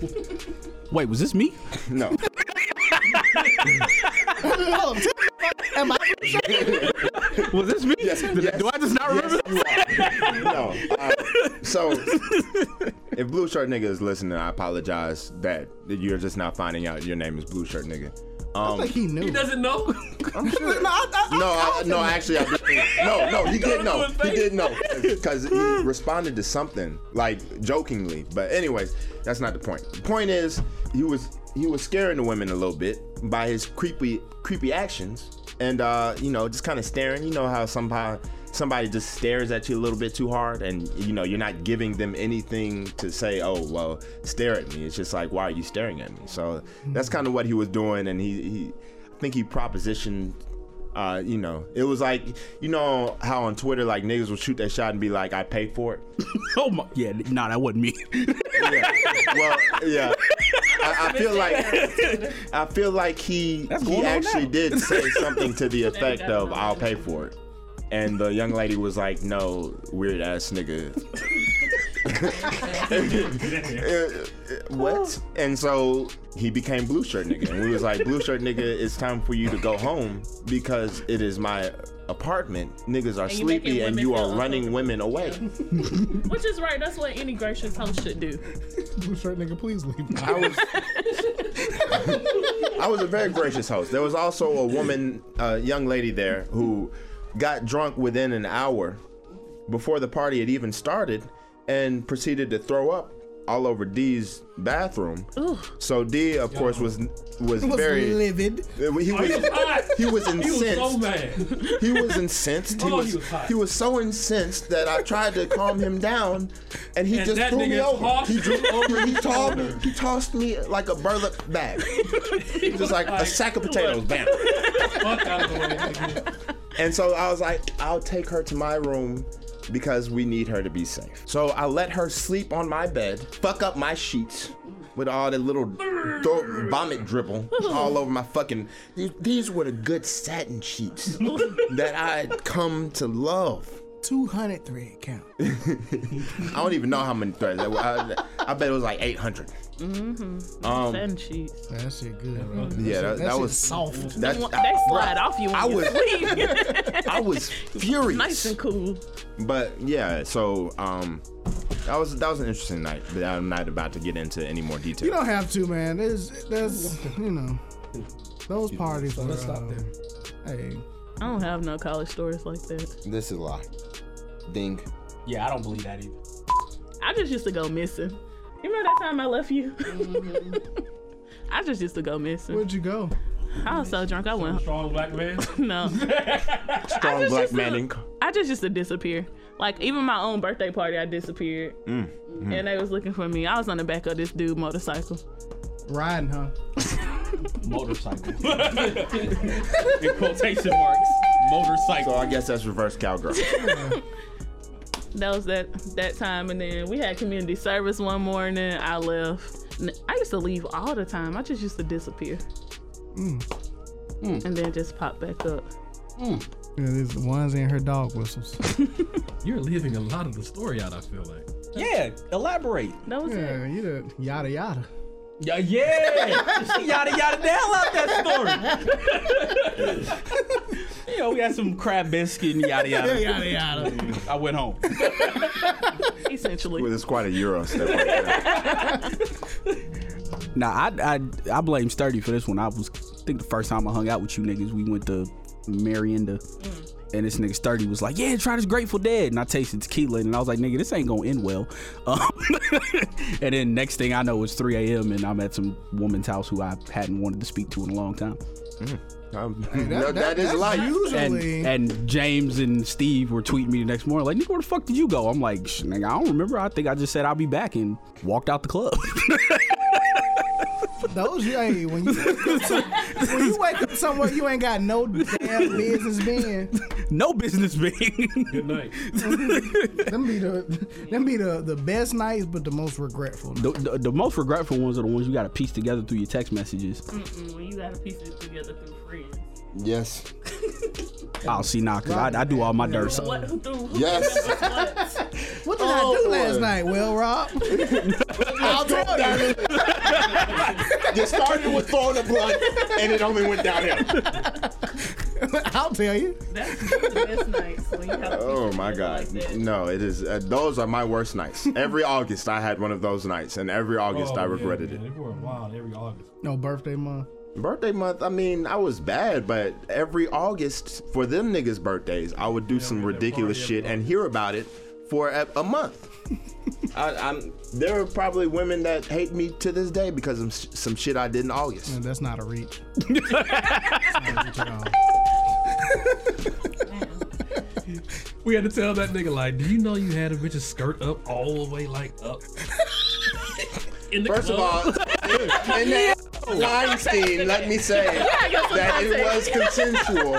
Speaker 2: Wait, was this me?
Speaker 7: No.
Speaker 9: Am I?
Speaker 2: was this me?
Speaker 7: Yes. Do
Speaker 2: I just not remember?
Speaker 7: no. Uh, so, if Blue Shirt Nigga is listening, I apologize that you're just not finding out your name is Blue Shirt Nigga. Um,
Speaker 3: Like he knew.
Speaker 1: He doesn't know.
Speaker 3: No, I- I-
Speaker 7: No, I, no, actually, I no, no, he did know. He did know because he responded to something like jokingly. But anyways, that's not the point. The point is he was he was scaring the women a little bit by his creepy creepy actions, and uh, you know, just kind of staring. You know how somehow somebody just stares at you a little bit too hard, and you know, you're not giving them anything to say. Oh, well, stare at me. It's just like, why are you staring at me? So that's kind of what he was doing, and he. he I think he propositioned uh, you know, it was like, you know how on Twitter, like niggas will shoot that shot and be like, "I paid for it."
Speaker 2: oh my, yeah, nah, that wasn't me.
Speaker 7: yeah. Well, yeah. I, I feel like I feel like he he
Speaker 2: going on
Speaker 7: actually
Speaker 2: now.
Speaker 7: did say something to the effect
Speaker 8: gotta
Speaker 7: of,
Speaker 8: know.
Speaker 7: "I'll pay for it," and the young lady was like, "No, weird ass nigga." Uh, uh, what? And so he became blue shirt nigga, and we was like, "Blue shirt nigga, it's time for you to go home because it is my apartment. Niggas are
Speaker 8: And you making
Speaker 7: sleepy, and
Speaker 8: women
Speaker 7: you
Speaker 8: feel
Speaker 7: are running women away."
Speaker 8: Which is right. That's what any gracious host should do.
Speaker 3: Blue shirt nigga, please leave.
Speaker 7: I was I was a very gracious host. There was also a woman, a young lady there who got drunk within an hour before the party had even started and proceeded to throw up all over Dee's bathroom. So Dee, of course, was was,
Speaker 9: was
Speaker 7: very
Speaker 9: livid.
Speaker 7: he was, he was incensed.
Speaker 1: He was so mad.
Speaker 7: He was incensed. He
Speaker 1: Oh,
Speaker 7: was
Speaker 1: he was hot.
Speaker 7: he was so incensed that I tried to calm him down, and he
Speaker 1: And
Speaker 7: just
Speaker 1: that
Speaker 7: threw me
Speaker 1: nigga
Speaker 7: over.
Speaker 1: tossed
Speaker 7: He,
Speaker 1: you over
Speaker 7: he,
Speaker 1: his
Speaker 7: tossed me,
Speaker 1: shoulder.
Speaker 7: he tossed me like a burlap bag, just like a sack of potatoes. Bam.
Speaker 1: Fuck out of the way, nigga.
Speaker 7: And so I was like, I'll take her to my room because we need her to be safe. So I let her sleep on my bed, fuck up my sheets with all that little throat vomit dribble all over my fucking. These were the good satin sheets that I had come to love.
Speaker 3: Two hundred thread count.
Speaker 7: I don't even know how many threads. That were. I, I bet it was like 800.
Speaker 8: Mm-hmm.
Speaker 7: Um,
Speaker 8: Then she
Speaker 3: That shit good, bro.
Speaker 7: yeah, that, that was
Speaker 3: soft.
Speaker 7: That,
Speaker 8: they slide off you. When
Speaker 7: I
Speaker 8: you
Speaker 7: was-
Speaker 8: sleep.
Speaker 7: I was furious.
Speaker 8: nice and cool.
Speaker 7: But yeah, so um, that was that was an interesting night. But I'm not about to get into any more detail.
Speaker 3: You don't have to, man. There's, there's, you know, those parties. were,
Speaker 9: let's stop
Speaker 3: uh,
Speaker 9: there.
Speaker 3: Hey,
Speaker 8: I don't have no college stories like that.
Speaker 6: This is a lie. Ding.
Speaker 2: yeah, I don't believe that either.
Speaker 8: I just used to go missing. You remember that time I left you?
Speaker 7: Mm-hmm.
Speaker 8: I just used to go missing.
Speaker 3: where'd you go?
Speaker 8: I was so drunk I went.
Speaker 1: Strong black man.
Speaker 8: No,
Speaker 7: Strong black
Speaker 8: used to-
Speaker 7: man. inc-
Speaker 8: I just used to disappear. Like even my own birthday party, I disappeared,
Speaker 7: Mm-hmm.
Speaker 8: and they was looking for me. I was on the back of this dude motorcycle.
Speaker 3: Riding, huh?
Speaker 2: Motorcycle.
Speaker 1: In quotation marks.
Speaker 7: So
Speaker 1: Motorcycle.
Speaker 7: I guess that's reverse cowgirl.
Speaker 8: That was that that time, and then we had community service one morning. I left. N- I used to leave all the time. I just used to disappear, and then just pop back up.
Speaker 3: Yeah, these the ones in her dog whistles.
Speaker 1: You're leaving a lot of the story out. I feel like.
Speaker 2: yeah, elaborate.
Speaker 8: That was
Speaker 3: yeah,
Speaker 8: it.
Speaker 3: you the yada yada.
Speaker 11: Yeah, yeah. she yada yada the hell out that story. you know, we had some crab biscuit and yada yada.
Speaker 7: Yada, yada.
Speaker 11: I went home.
Speaker 8: Essentially.
Speaker 7: Well, it's quite a euro step. right there.
Speaker 2: Nah, I, I I blame Sturdy for this one. I was I think the first time I hung out with you niggas, we went to Marienda,
Speaker 11: Mm.
Speaker 2: and this nigga Sturdy was like, "Yeah, try this Grateful Dead," and I tasted tequila, and I was like, "Nigga, this ain't gonna end well." Um, and then next thing I know, it's 3 a.m. and I'm at some woman's house who I hadn't wanted to speak to in a long time.
Speaker 7: Um,
Speaker 3: that-
Speaker 7: no,
Speaker 3: that-
Speaker 7: that is
Speaker 3: that's
Speaker 7: life.
Speaker 3: usually-
Speaker 2: And, and James and Steve were tweeting me the next morning, like, nigga, where the fuck did you go? I'm like, "Shh, nigga, I don't remember. I think I just said I'll be back and walked out the club.
Speaker 9: Those, hey, when you when you wake up somewhere, you ain't got no damn business being.
Speaker 2: no business being. Good
Speaker 1: night.
Speaker 9: them be the them be the, the best nights, but the most regretful.
Speaker 2: The, the, the most regretful ones are the ones you got to piece together through your text messages.
Speaker 12: Mm-mm, Mm, when you gotta piece it together through friends.
Speaker 2: Yes. oh, see, nah, cause I, I do all my dirt.
Speaker 12: What? Who threw? Who
Speaker 2: Yes.
Speaker 9: What did
Speaker 3: Oh,
Speaker 9: I do last night? Well, Rob,
Speaker 7: I'll tell you. You started with throwing a blunt, and it only went downhill.
Speaker 9: I'll tell you.
Speaker 7: Oh my god, no! It is. Uh, those are my worst nights. Every August, I had one of those nights, and every
Speaker 3: Oh,
Speaker 7: August,
Speaker 1: Oh,
Speaker 7: I regretted it.
Speaker 1: They were wild every August.
Speaker 9: no birthday month.
Speaker 7: Birthday month, I mean, I was bad, but every August for them niggas' birthdays, I would do some ridiculous shit and hear about it for a, a month. I, I'm there are probably women that hate me to this day because of s- some shit I did in August.
Speaker 9: And that's not a reach.
Speaker 1: We had to tell that nigga like, do you know you had a bitch's skirt up all the way like up? In the
Speaker 7: First of all,
Speaker 1: club?
Speaker 7: in that Weinstein, let me say
Speaker 1: Yeah, that's what
Speaker 7: that
Speaker 1: I
Speaker 7: it
Speaker 1: said.
Speaker 7: was consensual.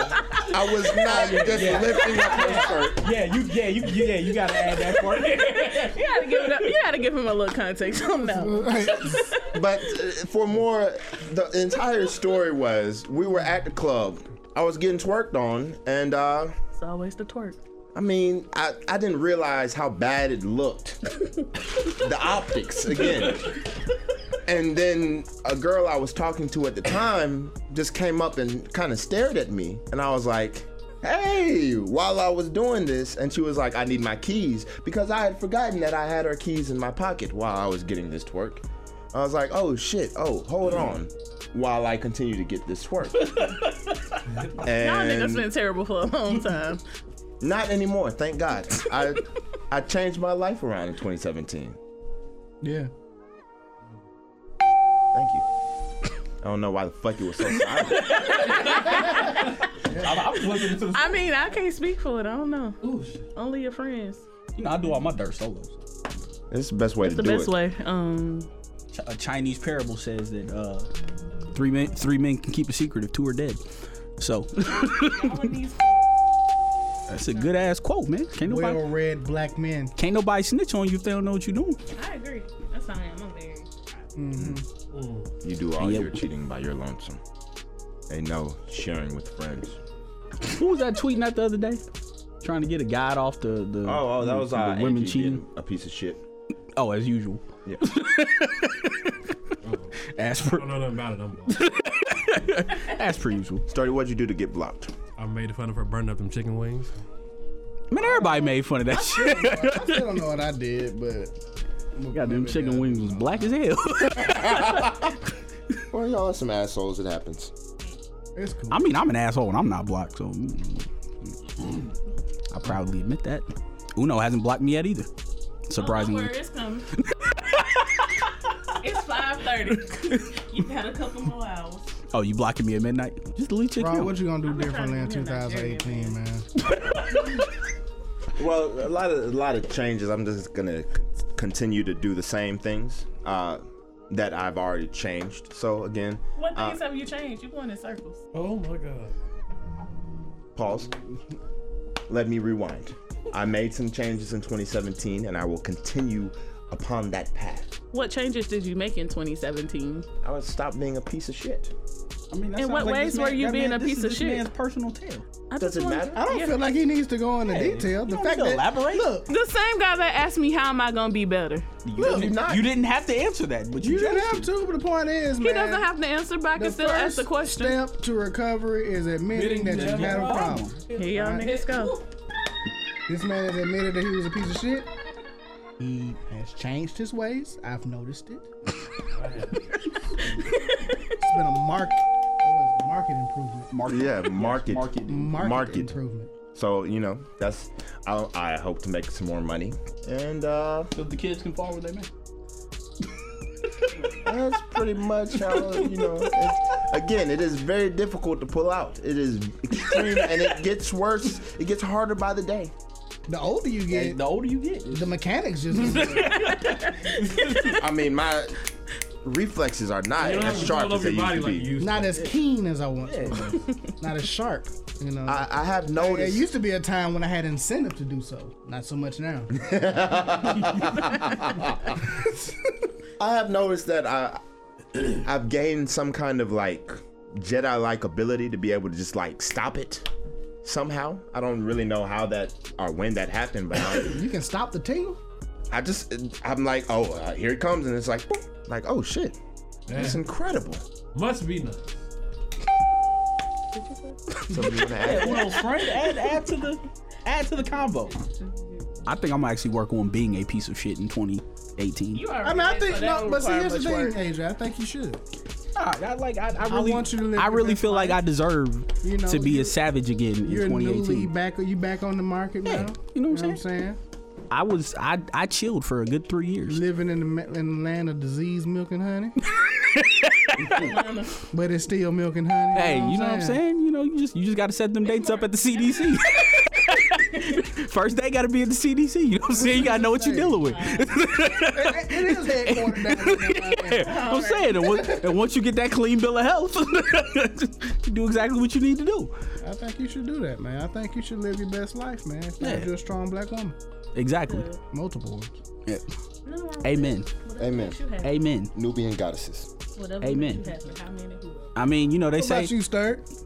Speaker 7: I was not just lifting up her skirt.
Speaker 11: Yeah, you, yeah, you, you- yeah, you gotta add that part.
Speaker 8: you gotta give it up. You gotta give him a little context on that. one.
Speaker 7: but uh, for more, the entire story was we were at the club. I was getting twerked on, and uh,
Speaker 8: It's always the twerk.
Speaker 7: I mean, I, I didn't realize how bad it looked. the optics again. And then a girl I was talking to at the time just came up and kind of stared at me, and I was like, "Hey!" While I was doing this, and she was like, "I need my keys," because I had forgotten that I had her keys in my pocket while I was getting this twerk. I was like, "Oh shit! Oh, hold on!" While I continue to get this twerk.
Speaker 8: Y'all
Speaker 7: And-
Speaker 8: niggas been terrible for a long time.
Speaker 7: not anymore, thank God. I I changed my life around in 2017.
Speaker 9: Yeah.
Speaker 7: Thank you. I don't know why the fuck you were so silent.
Speaker 11: I, I was listening to the.
Speaker 8: I mean, I can't speak for it. I don't know. Only your friends.
Speaker 11: You know, I do all my dirt solos.
Speaker 7: It's the best way
Speaker 8: It's the best way. Um,
Speaker 11: Ch- a Chinese parable says that uh,
Speaker 2: Three men, three men can keep a secret if two are dead. So that's a good ass quote, man. Can't nobody
Speaker 9: Well read black men.
Speaker 2: can't nobody snitch on you if they don't know what you're doing.
Speaker 12: I agree. That's how I am. I'm married.
Speaker 7: You do all
Speaker 2: Yeah.
Speaker 7: your cheating by your lonesome. Ain't no sharing with friends.
Speaker 2: Who was that tweeting at the other day? Trying to get a guide off the the
Speaker 7: Oh, oh, that was
Speaker 2: the
Speaker 7: uh,
Speaker 2: women
Speaker 7: Angie
Speaker 2: cheating.
Speaker 7: being A piece of shit.
Speaker 2: Oh, as usual.
Speaker 7: Yeah.
Speaker 2: As per
Speaker 1: I don't know nothing about it. I'm
Speaker 2: as per usual.
Speaker 7: Started. What'd you do to get blocked?
Speaker 1: I made fun of her burning up them chicken wings.
Speaker 2: Man, everybody made fun of that shit.
Speaker 9: I still don't know what I did, but
Speaker 2: Goddamn chicken wings was black as hell.
Speaker 6: Well, y'all are some assholes. It happens.
Speaker 9: it's cool.
Speaker 2: I mean, I'm an asshole and I'm not blocked, so I proudly admit that. Uno hasn't blocked me yet either. Surprisingly.
Speaker 8: Oh,
Speaker 12: Don't worry, it's coming. it's five thirty. You got a couple more hours.
Speaker 2: Oh, you blocking me at midnight? Just delete your
Speaker 9: Rob,
Speaker 2: account.
Speaker 9: what you gonna do differently in
Speaker 12: trying to be a
Speaker 9: 2018, man?
Speaker 7: Well, a lot of a lot of changes. I'm just gonna c- continue to do the same things uh, that I've already changed. So again,
Speaker 12: What
Speaker 7: uh,
Speaker 12: things have you changed? You going in circles.
Speaker 1: Oh my god.
Speaker 7: Pause. Let me rewind. I made some changes in 2017 and I will continue upon that path.
Speaker 8: what changes did you make in 2017?
Speaker 7: I would stop being a piece of shit.
Speaker 11: I mean, that
Speaker 8: In
Speaker 11: sounds
Speaker 8: what
Speaker 11: like
Speaker 8: ways
Speaker 11: this
Speaker 8: were
Speaker 11: man-
Speaker 8: you
Speaker 11: that
Speaker 8: being
Speaker 11: man-
Speaker 8: a
Speaker 11: this
Speaker 8: piece
Speaker 11: is
Speaker 8: of
Speaker 11: this
Speaker 8: shit?
Speaker 11: Man's personal tale.
Speaker 8: I
Speaker 11: Does
Speaker 8: just
Speaker 11: it
Speaker 8: wanna-
Speaker 11: matter?
Speaker 3: I don't
Speaker 8: Yeah.
Speaker 3: feel like he needs to go into detail. The
Speaker 11: you don't
Speaker 3: fact
Speaker 11: need to
Speaker 3: that
Speaker 11: elaborate.
Speaker 3: look,
Speaker 8: The same guy that asked me how am I gonna be better.
Speaker 11: You,
Speaker 3: Look,
Speaker 11: didn't-
Speaker 3: you're not-
Speaker 11: you didn't have to answer that, but you,
Speaker 3: you didn't
Speaker 11: chose
Speaker 3: have to. But the point is,
Speaker 8: He
Speaker 3: man,
Speaker 8: doesn't have to answer, but I can
Speaker 3: the
Speaker 8: still ask the
Speaker 3: first
Speaker 8: question.
Speaker 3: Step to recovery is admitting that you had a
Speaker 8: Admitting that you had a
Speaker 3: problem.
Speaker 8: Here y'all niggas go.
Speaker 3: This man has admitted that he was a piece of shit. He has changed his ways. I've noticed it. it's been a mark. that was Market improvement.
Speaker 7: Market. Yeah, market. Market.
Speaker 3: Market
Speaker 7: improvement. So, you know, that's, I, I hope to make some more money. And, uh.
Speaker 11: So the kids can fall where they may.
Speaker 7: That's pretty much how, you know. It's, again, it is very difficult to pull out. It is extreme and it gets worse. It gets harder by the day.
Speaker 3: The older you get,
Speaker 11: the older you get,
Speaker 3: the mechanics just.
Speaker 7: I mean, my reflexes are not
Speaker 3: You don't have
Speaker 7: as
Speaker 3: to
Speaker 7: sharp
Speaker 3: roll
Speaker 7: as
Speaker 3: over
Speaker 7: they
Speaker 3: your
Speaker 7: used
Speaker 3: body
Speaker 7: to
Speaker 3: like
Speaker 7: be.
Speaker 3: you used not as keen as I want to. be. not as sharp. You know.
Speaker 7: I, I have
Speaker 3: There-
Speaker 7: noticed.
Speaker 3: There used to be a time when I had incentive to do so. Not so much now.
Speaker 7: I have noticed that I, I've gained some kind of like Jedi-like ability to be able to just like stop it somehow. I don't really know how that or when that happened, but I,
Speaker 3: you can stop the tingle.
Speaker 7: I just I'm like, oh, uh, here it comes, and it's like, boop, like, oh shit, that's
Speaker 1: Yeah.
Speaker 7: incredible.
Speaker 1: Must be nuts.
Speaker 7: Somebody wanna add?
Speaker 11: well, friend, Oh, add, add to the add to the combo.
Speaker 2: I think I'm gonna actually work on being a piece of shit in 2018.
Speaker 3: I mean, I think no, but see, here's the thing, AJ. I think you should.
Speaker 11: Nah, I like I, I
Speaker 3: I
Speaker 11: really
Speaker 3: want you to live
Speaker 2: I
Speaker 3: your
Speaker 2: really
Speaker 3: best
Speaker 2: feel like I deserve
Speaker 3: You know,
Speaker 2: to be
Speaker 3: you-
Speaker 2: a savage again in
Speaker 3: You're newly
Speaker 2: 2018.
Speaker 3: back. You back on the market now. You know what I'm saying?
Speaker 2: I was I I chilled for a good three years.
Speaker 3: Living in the ma- in the land of disease, milk and honey. but it's still milk and honey.
Speaker 2: Hey, you know what I'm saying? You know, you just you just gotta set them dates up at the CDC. First day gotta be at the CDC. You know what I'm saying? You gotta know what you're dealing with.
Speaker 3: It- it is headquartered down in Atlanta.
Speaker 2: I'm saying, and once, and once you get that clean bill of health, you do exactly what you need to do.
Speaker 3: I think you should do that, man. I think you should live your best life, man. If
Speaker 2: Yeah.
Speaker 3: you're a strong black woman,
Speaker 2: Exactly.
Speaker 3: multiple.
Speaker 2: Yeah. Amen.
Speaker 6: Amen.
Speaker 2: Amen.
Speaker 6: Nubian goddesses.
Speaker 12: Whatever
Speaker 2: Amen.
Speaker 12: makes you happy, how many who-
Speaker 2: I mean, you know, they
Speaker 12: What
Speaker 2: say
Speaker 12: about you,
Speaker 3: Sturt.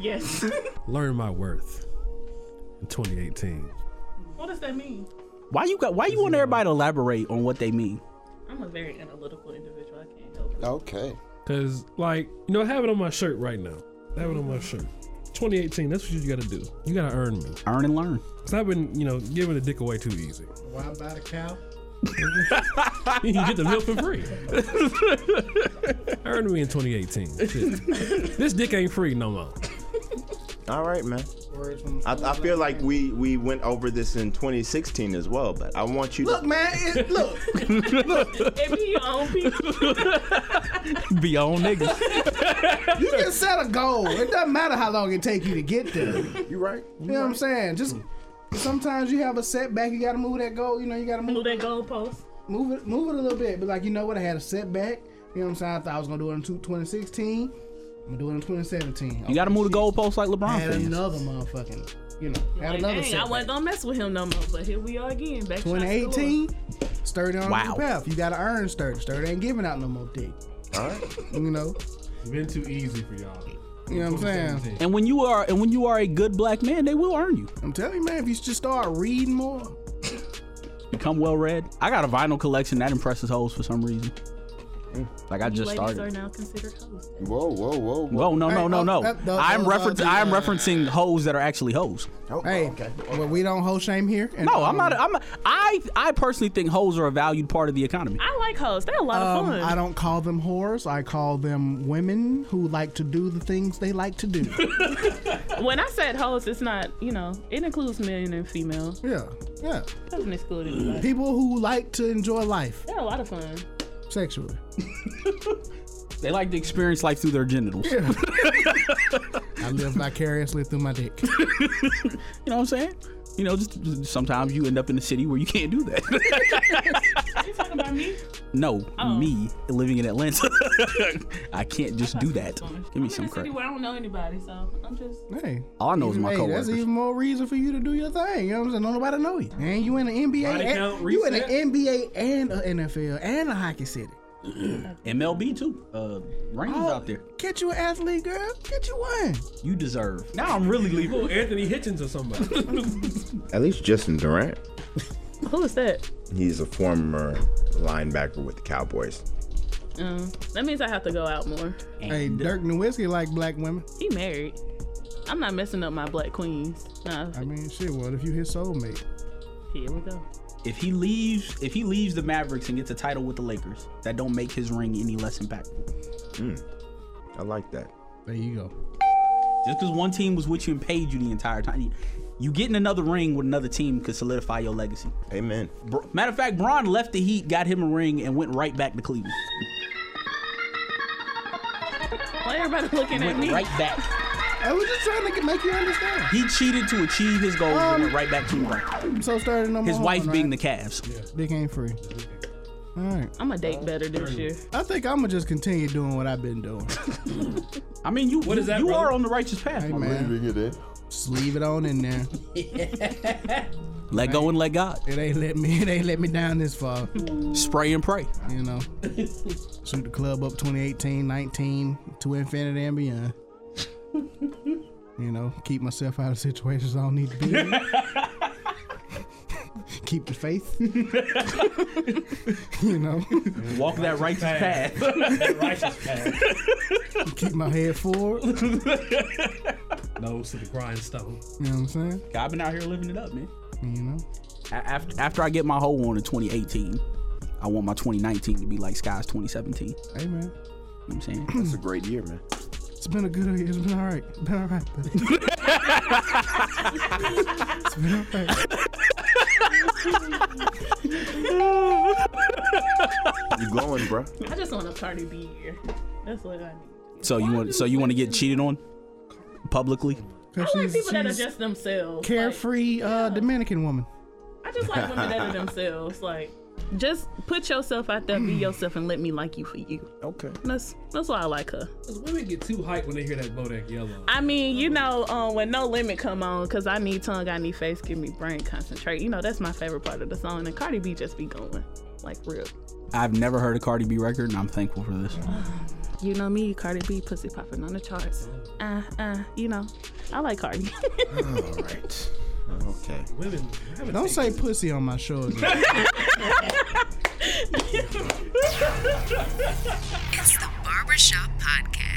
Speaker 12: Yes.
Speaker 1: Learn my worth in 2018.
Speaker 12: what does that mean?
Speaker 2: why you got why you want everybody to elaborate on what they mean?
Speaker 12: I'm a very analytical individual. I can't help it.
Speaker 6: Okay.
Speaker 1: Cause like, you know, I have it on my shirt right now. I have it on my shirt. 2018, that's what you gotta do. You gotta earn me.
Speaker 2: Earn and learn.
Speaker 1: Cause I've been, you know, giving the dick away too easy.
Speaker 3: Why buy the cow?
Speaker 1: you can get the milk for free. Earn me in 2018. Shit. this dick ain't free no more.
Speaker 7: All right, man. I, I feel like we we went over this in 2016 as well, but I want you
Speaker 3: Look, man. It, look.
Speaker 12: It be your own people.
Speaker 2: Be your own niggas.
Speaker 3: You can set a goal. It doesn't matter how long it take you to get there.
Speaker 7: to. You right?
Speaker 3: You know what I'm saying? Just sometimes you have a setback. You got to move that goal. You know, you got to move,
Speaker 12: that goal post.
Speaker 3: Move it, move it a little bit. But like, you know what? I had a setback. You know what I'm saying? I thought I was gonna do it in two- 2016. I'm gonna do it in 2017.
Speaker 2: You gotta move the goalposts like
Speaker 3: I
Speaker 2: LeBron
Speaker 3: had
Speaker 2: fans.
Speaker 3: another motherfucking. You know, had
Speaker 12: Like,
Speaker 3: another
Speaker 12: dang, I
Speaker 3: setback.
Speaker 12: wasn't gonna mess with him no more. But here we are again. Back to our story.
Speaker 3: 2018. Sturdy on
Speaker 12: Wow.
Speaker 3: the path. You gotta earn sturdy. Sturdy ain't giving out no more dick.
Speaker 7: All right.
Speaker 3: You know.
Speaker 1: It's been too easy for y'all.
Speaker 3: You know what I'm saying?
Speaker 2: And when you are and when you are a good black man, they will earn you.
Speaker 3: I'm telling you, man, if you just start reading more.
Speaker 2: Become well read. I got a vinyl collection that impresses hoes for some reason. Like I
Speaker 12: You
Speaker 2: just
Speaker 12: ladies are
Speaker 2: started.
Speaker 12: now considered hosts.
Speaker 6: Whoa, whoa, whoa,
Speaker 2: Whoa, no, no,
Speaker 3: Hey,
Speaker 2: no,
Speaker 3: oh,
Speaker 2: no.
Speaker 3: that- those-
Speaker 2: I'm
Speaker 3: those are
Speaker 2: referencing
Speaker 3: the-
Speaker 2: I'm referencing hoes that are actually hoes.
Speaker 3: hey, well, we don't hoe shame here. and,
Speaker 2: Oh, No, I'm
Speaker 3: um,
Speaker 2: not. I'm. I I personally think hoes are a valued part of the economy.
Speaker 12: I like hosts. They're a lot
Speaker 3: Um,
Speaker 12: of fun.
Speaker 3: I don't call them whores. I call them women who like to do the things they like to do.
Speaker 12: When I said host, it's not, you know, it includes men and female.
Speaker 3: Yeah. Yeah.
Speaker 12: It doesn't exclude anybody.
Speaker 3: People who like to enjoy life
Speaker 12: They're a lot of fun.
Speaker 3: sexually.
Speaker 2: They like to experience life through their genitals.
Speaker 3: I live vicariously through my dick.
Speaker 2: You know what I'm saying? You know, just, just- sometimes you end up in a city where you can't do that.
Speaker 12: you talking about me?
Speaker 2: no,
Speaker 12: Oh.
Speaker 2: me living in Atlanta, I can't just do that. Give me
Speaker 12: I'm in
Speaker 2: some
Speaker 12: a city
Speaker 2: credit.
Speaker 12: where I don't know anybody, so I'm just.
Speaker 3: Hey.
Speaker 2: All I know is
Speaker 3: Even-
Speaker 2: my
Speaker 3: hey, That's
Speaker 2: coworkers.
Speaker 3: even more reason for you to do your thing. You know what I'm saying? Don't nobody know you. And you in the NBA.
Speaker 1: Body count
Speaker 3: And, you in the
Speaker 1: reset.
Speaker 3: NBA and a NFL and a hockey city.
Speaker 2: MLB too. Uh, Rams out there.
Speaker 3: Get you an athlete, girl. Get you one.
Speaker 2: You deserve. Now I'm really leaving.
Speaker 1: Ooh, Oh, Anthony Hitchens or somebody.
Speaker 13: At least Justin Durant.
Speaker 8: Who is that?
Speaker 13: He's a former linebacker with the Cowboys.
Speaker 8: Um, that means I have to go out more.
Speaker 2: uh,
Speaker 3: Hey, Dirk Nowitzki like black women.
Speaker 8: He married. I'm not messing up my black queens. Nah,
Speaker 3: I mean, shit. What if you his soulmate?
Speaker 8: here we go.
Speaker 2: If he leaves, if he leaves the Mavericks and gets a title with the Lakers, that don't make his ring any less impactful.
Speaker 13: I like that.
Speaker 3: There you go.
Speaker 2: Just because one team was with you and paid you the entire time, you getting another ring with another team could solidify your legacy.
Speaker 13: Amen.
Speaker 2: matter of fact, Braun left the Heat, got him a ring, and went right back to Cleveland.
Speaker 8: Why everybody looking at
Speaker 2: Went
Speaker 8: me?
Speaker 2: right back.
Speaker 3: I was just trying to make you understand.
Speaker 2: He cheated to achieve his goals and went right back to England.
Speaker 3: So starting no more.
Speaker 2: His wife
Speaker 3: Um, on,
Speaker 2: being
Speaker 3: right?
Speaker 2: the Cavs.
Speaker 3: Dick ain't free. All right.
Speaker 8: I'm gonna date better this year.
Speaker 3: I think I'm gonna just continue doing what I've been doing.
Speaker 2: I mean, you
Speaker 3: What is that,
Speaker 2: you
Speaker 3: brother?
Speaker 2: are on the righteous path.
Speaker 3: Hey, man. Just leave it on in there.
Speaker 2: Let go and let God.
Speaker 3: It ain't let me. It ain't let me down this far.
Speaker 2: Spray and pray.
Speaker 3: You know, shoot the club up 2018, 19 to infinity and beyond. You know, keep myself out of situations I don't need to be in. keep the faith. you know,
Speaker 2: Walk that righteous path.
Speaker 1: righteous path.
Speaker 3: keep my head forward. You know
Speaker 1: Nose to the grindstone.
Speaker 3: what I'm saying?
Speaker 2: I've been out here living it up, man.
Speaker 3: You know.
Speaker 2: After after I get my whole one in 2018, I want my 2019 to be like Sky's 2017. You know
Speaker 3: Hey man,
Speaker 2: what I'm saying?
Speaker 13: That's a great year, man.
Speaker 3: it's been a good. It's been all right. Been all right. Buddy. it's been all right.
Speaker 13: You glowing, bro.
Speaker 8: I just want a Cardi B year. That's what I need.
Speaker 2: So you want so you want to get cheated on publicly?
Speaker 8: I like people that are
Speaker 3: she's
Speaker 8: just themselves. Like,
Speaker 3: carefree uh, Dominican woman.
Speaker 8: I just like women that are themselves. Like, just put yourself out there, be yourself, and let me like you for you.
Speaker 13: Okay.
Speaker 8: That's that's why I like her.
Speaker 1: Cause women get too hyped when they hear that Bodak Yellow.
Speaker 8: I mean, you know, um, when No Limit come on, cause I need tongue, I need face, give me brain, concentrate. You know, that's my favorite part of the song. And Cardi B just be going like real.
Speaker 2: I've never heard a Cardi B record, and I'm thankful for this.
Speaker 8: You know me, Cardi B, pussy popping on the charts. Uh, uh, you know, I like Cardi.
Speaker 13: All right. Okay.
Speaker 1: Women.
Speaker 3: Don't say pussy on my show again.
Speaker 4: It's the Barbershop Podcast.